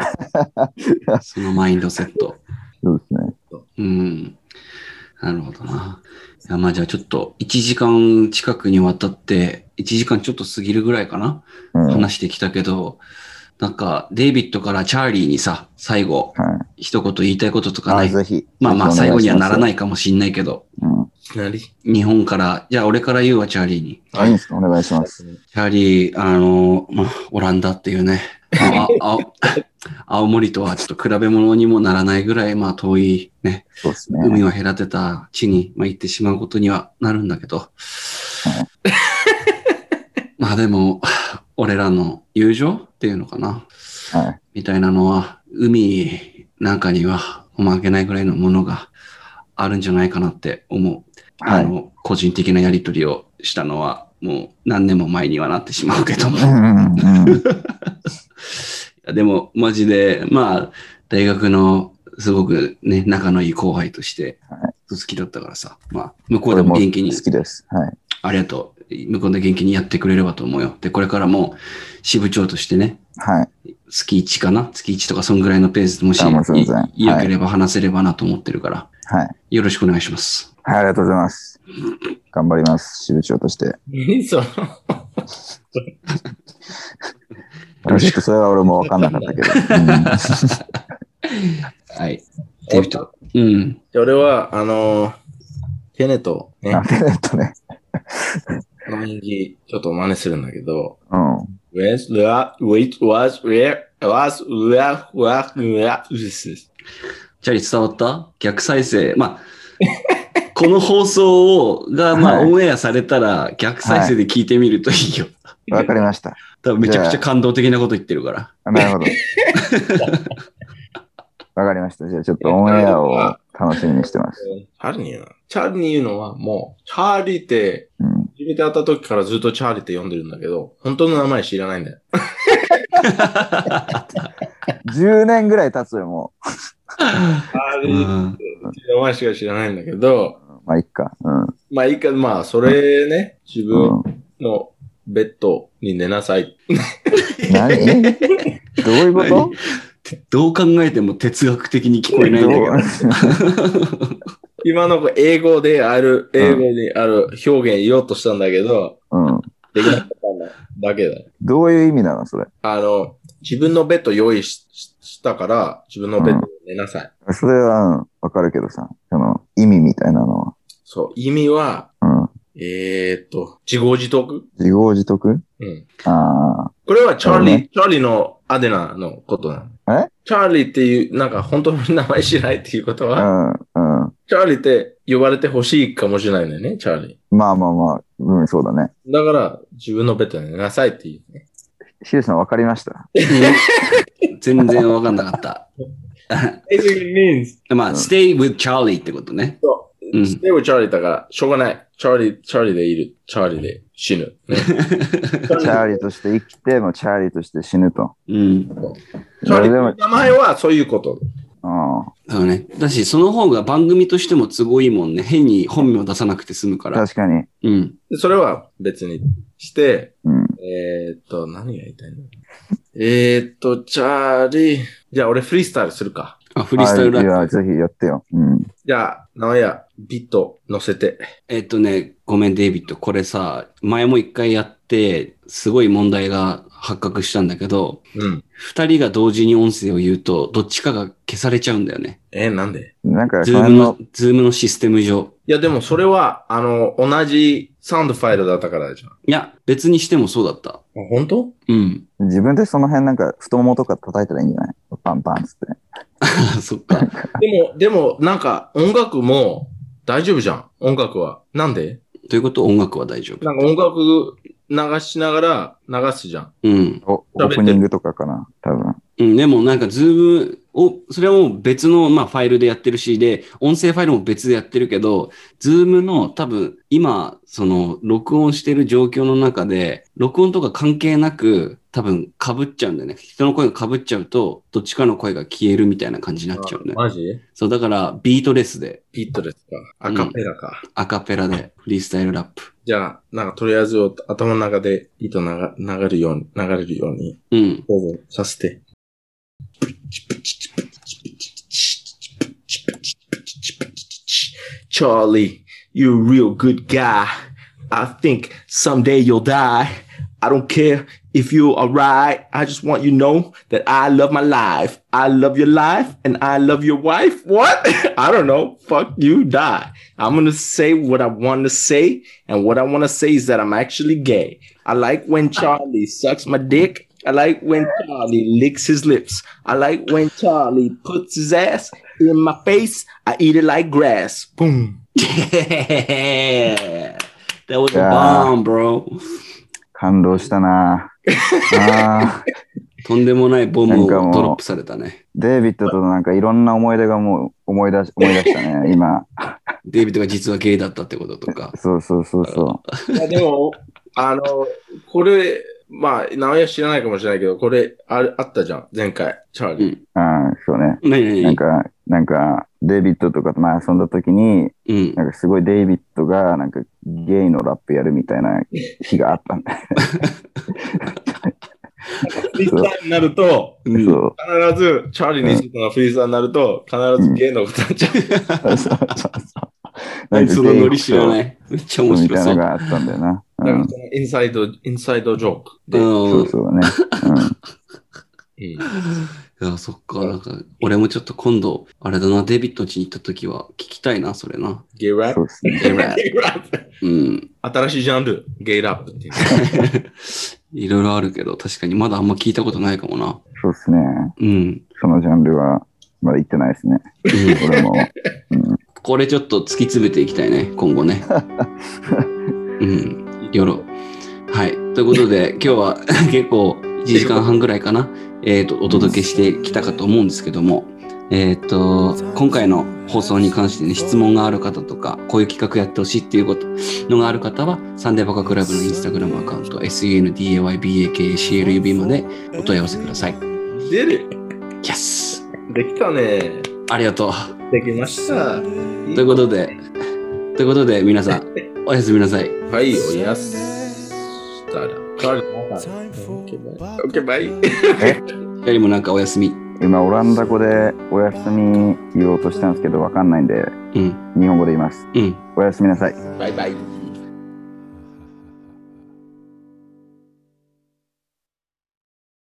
A: そのマインドセット。
C: そうですね。
A: うん。なるほどな。いやまあじゃあちょっと1時間近くにわたって、1時間ちょっと過ぎるぐらいかな、
C: うん。はい。
A: 話してきたけど、なんかデイビッドからチャーリーにさ、最後、一言言いたいこととかな
C: あ
A: い。
C: ぜひ。。
A: まあまあ最後にはならないいかもしんないけど、
C: うん。
B: いきなり。
A: 日本から、じゃあ俺から言うわ、チャーリーに。
C: あいいんですかお願いします。
A: チャーリー、あの、まあ、オランダっていうね、ああ青森とはちょっと比べ物にもならないぐらい、まあ遠いね、
C: そうですね。
A: 海を隔てた地に、まあ、行ってしまうことにはなるんだけど。 まあでも、俺らの友情っていうのかな。
C: はい。
A: みたいなのは、海なんかには負けないぐらいのものがあるんじゃないかなって思う。
C: は
A: あ
C: い
A: の、個人的なやりとりをしたのは、もう何年も前にはなってしまうけども。
C: うんうんうん。
A: いやでも、マジで、まあ、大学のすごくね、仲のいい後輩として、好きだったからさ、まあ、向こうでも元気に
C: 好、きです。はい。
A: ありがとう。向こうで元気にやってくれればと思うよ。で、これからも支部長としてね、
C: はい。
A: 月1かな月1とかそんぐらいのペースでもし、
C: あもう全然
A: い良ければ話せればなと思ってるから、
C: はい。
A: よろしくお願いします。
C: はい、ありがとうございます。頑張ります。支部長として。よ
B: 何その、
C: ろしく、それは俺も分かんなかったけど。 うん
A: はい。っていう人。うん。
B: 俺は、あのー、テネとね、
C: あ、えっとね。
B: この演技、ちょっと真似するんだけど、
C: うん。
B: Where's the wait was where was where where where this is
A: チャリ伝わった逆再生。まあ、この放送を、が、まあ、
C: はい
A: オンエアされたら、逆再生で聞いてみるといいよ。
C: わかりました。
A: 多分めちゃくちゃ感動的なこと言ってるから。
C: あなるほど。わかりました。じゃあちょっとオンエアを楽しみにしてます。
B: チャーリーに言うな。チャーリーに言うのはもう、チャーリーって、
C: うん。
B: 初めて会った時からずっとチャーリーって呼んでるんだけど、本当の名前知らないんだよ。
C: 10年ぐらい経つよ、も
B: チャー
A: う
B: リーっ
A: ん。
B: て名前しか知らないんだけど
C: う、。まあ、いっか。うん。
B: まあいいか、まあそれね、自
C: う
B: 分
C: ん、
B: のベッドに寝なさい。
C: 何どういうこ
A: 何
C: と
A: どう考えても哲学的に聞こえないんだけ
C: ど
A: ど。
B: 今の子英語である、英語にある表現言おうとしたんだけ ど、
C: う、うん、
B: できなかったんだ。だけだよ。
C: どういう意味なのそれ。
B: あの、自分のベッド用意しししたから、自分のベッドで寝なさい。
C: それは、うん、わかるけどさ、その意味みたいなのは。
B: そう、意味は、
C: うん。
B: えー、っと、自業自得
C: 自業自得
B: うん。
C: あ
B: これはチャーリー、
C: なるほ
B: チャーリーのアデナのことなの。
C: え
B: チャーリーっていう、なんか本当の名前知らないっていうこと
C: あ、う
B: は、
C: ん、うん。
B: チャーリーって呼ばれてほしいかもしれないんだよね、チャーリ
C: まあまあまあ、うん、そうだね。
B: ー。だから、自分のベッドで寝なさいっていう、ね。
C: ヒデさんわかりました。
A: うん 全然わかんなか った。
B: Basically means,
A: まあ、
C: うん
A: stay with Charlie ってことね。
B: そう、
A: うん
B: ステイチャーリーだから、しょうがない。チャーリー、チャーリーでいる。チャーリーで死ぬ。ね チ
C: チ
B: ャ
C: ャーリーとして生きて、もうチャーリーとして死ぬと。
A: うん。
B: チャーリ
C: いや
B: ーの
C: で
B: 名前はそういうこと。
C: も、
A: そうね。だし、その方が番組としても都合いいもんね。変に本名出さなくて済むか
C: うん、
A: ら。
C: 確かに。
A: うん。
B: でそれは別にして、
C: うん。
B: えー、っと、何が言いたいのえー、っと、チャーリー。じゃあ俺フリースタイルするか。
A: あ、フリースタイルラ
C: はいい
A: ッ
C: や、
A: プ。
C: ぜひやってよ。うん。
B: じゃあ、なんや、ビット乗せて。
A: えっとね、ごめん、デイビッド。これさ、前も一回やって、すごい問題が発覚したんだけど、
B: うん。
A: 二人が同時に音声を言うと、どっちかが消されちゃうんだよね。
B: えーなんで
C: なんか、
A: ズ
C: そ
A: ー
C: の
A: ム
C: 辺の
A: の、ズームのシステム上。
B: いや、でもそれは、あの、同じサウンドファイルだったからじゃん。あ、
A: いや、別にしてもそうだった。
B: 本当
A: うん。
C: 自分でその辺なんか太ももとか叩いたらいいんじゃないパンパンっつって。
A: あそっか。
B: でも、でも、なんか、音楽も大丈夫じゃん。音楽は。なんで
A: ということ音楽は大丈夫
B: な。んか音楽流しながら流すじゃん。
A: うん。
C: おオープニングとかかな多分。
A: うん、でもなんか、ズームを、それはもう別の、まあ、ファイルでやってるし、で、音声ファイルも別でやってるけど、ズームの多分、今、その、録音してる状況の中で、録音とか関係なく、多分、被っちゃうんだよね。人の声が被っちゃうと、どっちかの声が消えるみたいな感じになっちゃうんだよね。
B: マジ
A: そう、だから、ビートレスで、
B: ビットですか。アカペラか。
A: アカペラで、フリースタイルラップ。
B: じゃあ、なんかとりあえず頭の中で糸流流るように、流れるように、
A: うん。
B: どうぞさせて。Charlie, you're a real good guy. I think someday you'll die. I don't care if you're alright. I just want you to know that I love my life. I love your life and I love your wife. What? I don't know. Fuck you, die. I'm gonna say what I want to say. And what I want to say is that I'm actually gay. I like when Charlie sucks my dick I like when Charlie licks his lips. I like when Charlie puts his ass in my face. I eat it like grass. Boom.
A: Yeah. That was a
C: Yeah.
A: bomb, bro.
C: 感動したなあー
A: とんでもないボムを
C: なんかもう
A: ドロップされたね。
C: デイビッドとなんかいろんな思い出がもう思い出し、思い出し たね、今。
A: デイビッドが実はゲイだったってこととか。
C: そうそうそうそ
B: いや、 でも、あの、これ、まあ、名前は知らないかもしれないけど、これ、あるあったじゃん、前回、チャーリ
A: う
B: ー。
A: ん
C: う。あーそうね。
A: 何何
C: なんか、なんか、デイビッドとかとまあ遊んだ時に、
A: うん。
C: なんかすごいデイビッドがなんかゲイのラップやるみたいな日があったんだよ。
B: フリースターになると、
A: うん
C: そう
B: 必ず、チャーリー西人がフリースターになると、必ずゲイのことになっちゃう。
C: そうそうそう。。
A: あいつのノリ知らないい。めっちゃ面
C: み
A: 白
C: たい
A: そ
C: なの
A: う。。
C: があったんだよな。う
B: だから
C: ん
B: そ、のインサイド、インサイドジョークで。
C: そううんそうね。
B: うん
A: いや、そっか。なんか、俺もちょっと今度、あれだな、デイビッドの家に行った時は聞きたいな、それ な。
B: ゲイラッ
C: うん、そう
B: プ。
C: ですね。
B: ゲイラップ。
A: うん。
B: 新しいジャンル、ゲイラップっていう。
A: いろいろあるけど、確かにまだあんま聞いたことないかもな。
C: そうですね。
A: うん。
C: そのジャンルはまだ行ってないですね。
A: うん
C: 俺も。
A: これちょっと突き詰めていきたいね、今後ね。うん。よろ。はい。ということで、今日は 結構1時間半ぐらいかな、えっ、と、お届けしてきたかと思うんですけども、えっ、と、今回の放送に関してね、質問がある方とか、こういう企画やってほしいっていうこと、のがある方は、サンデーバカクラブのインスタグラムアカウント、sundaybakclub までお問い合わせください。
B: 出る。
A: Yes!
B: できたね。
A: ありがとう。
B: できました。
A: ということで、ということで、皆さん、おやすみなさい。
B: はい、おやすしたら。OK, バイ。
A: 二人もなんかお休み。
C: 今、オランダ語でおやすみ言おうとしたんですけど、わかんないんで、
A: うん。
C: 日本語で言います。
A: うん。
C: おやすみなさい。
B: バイバイ。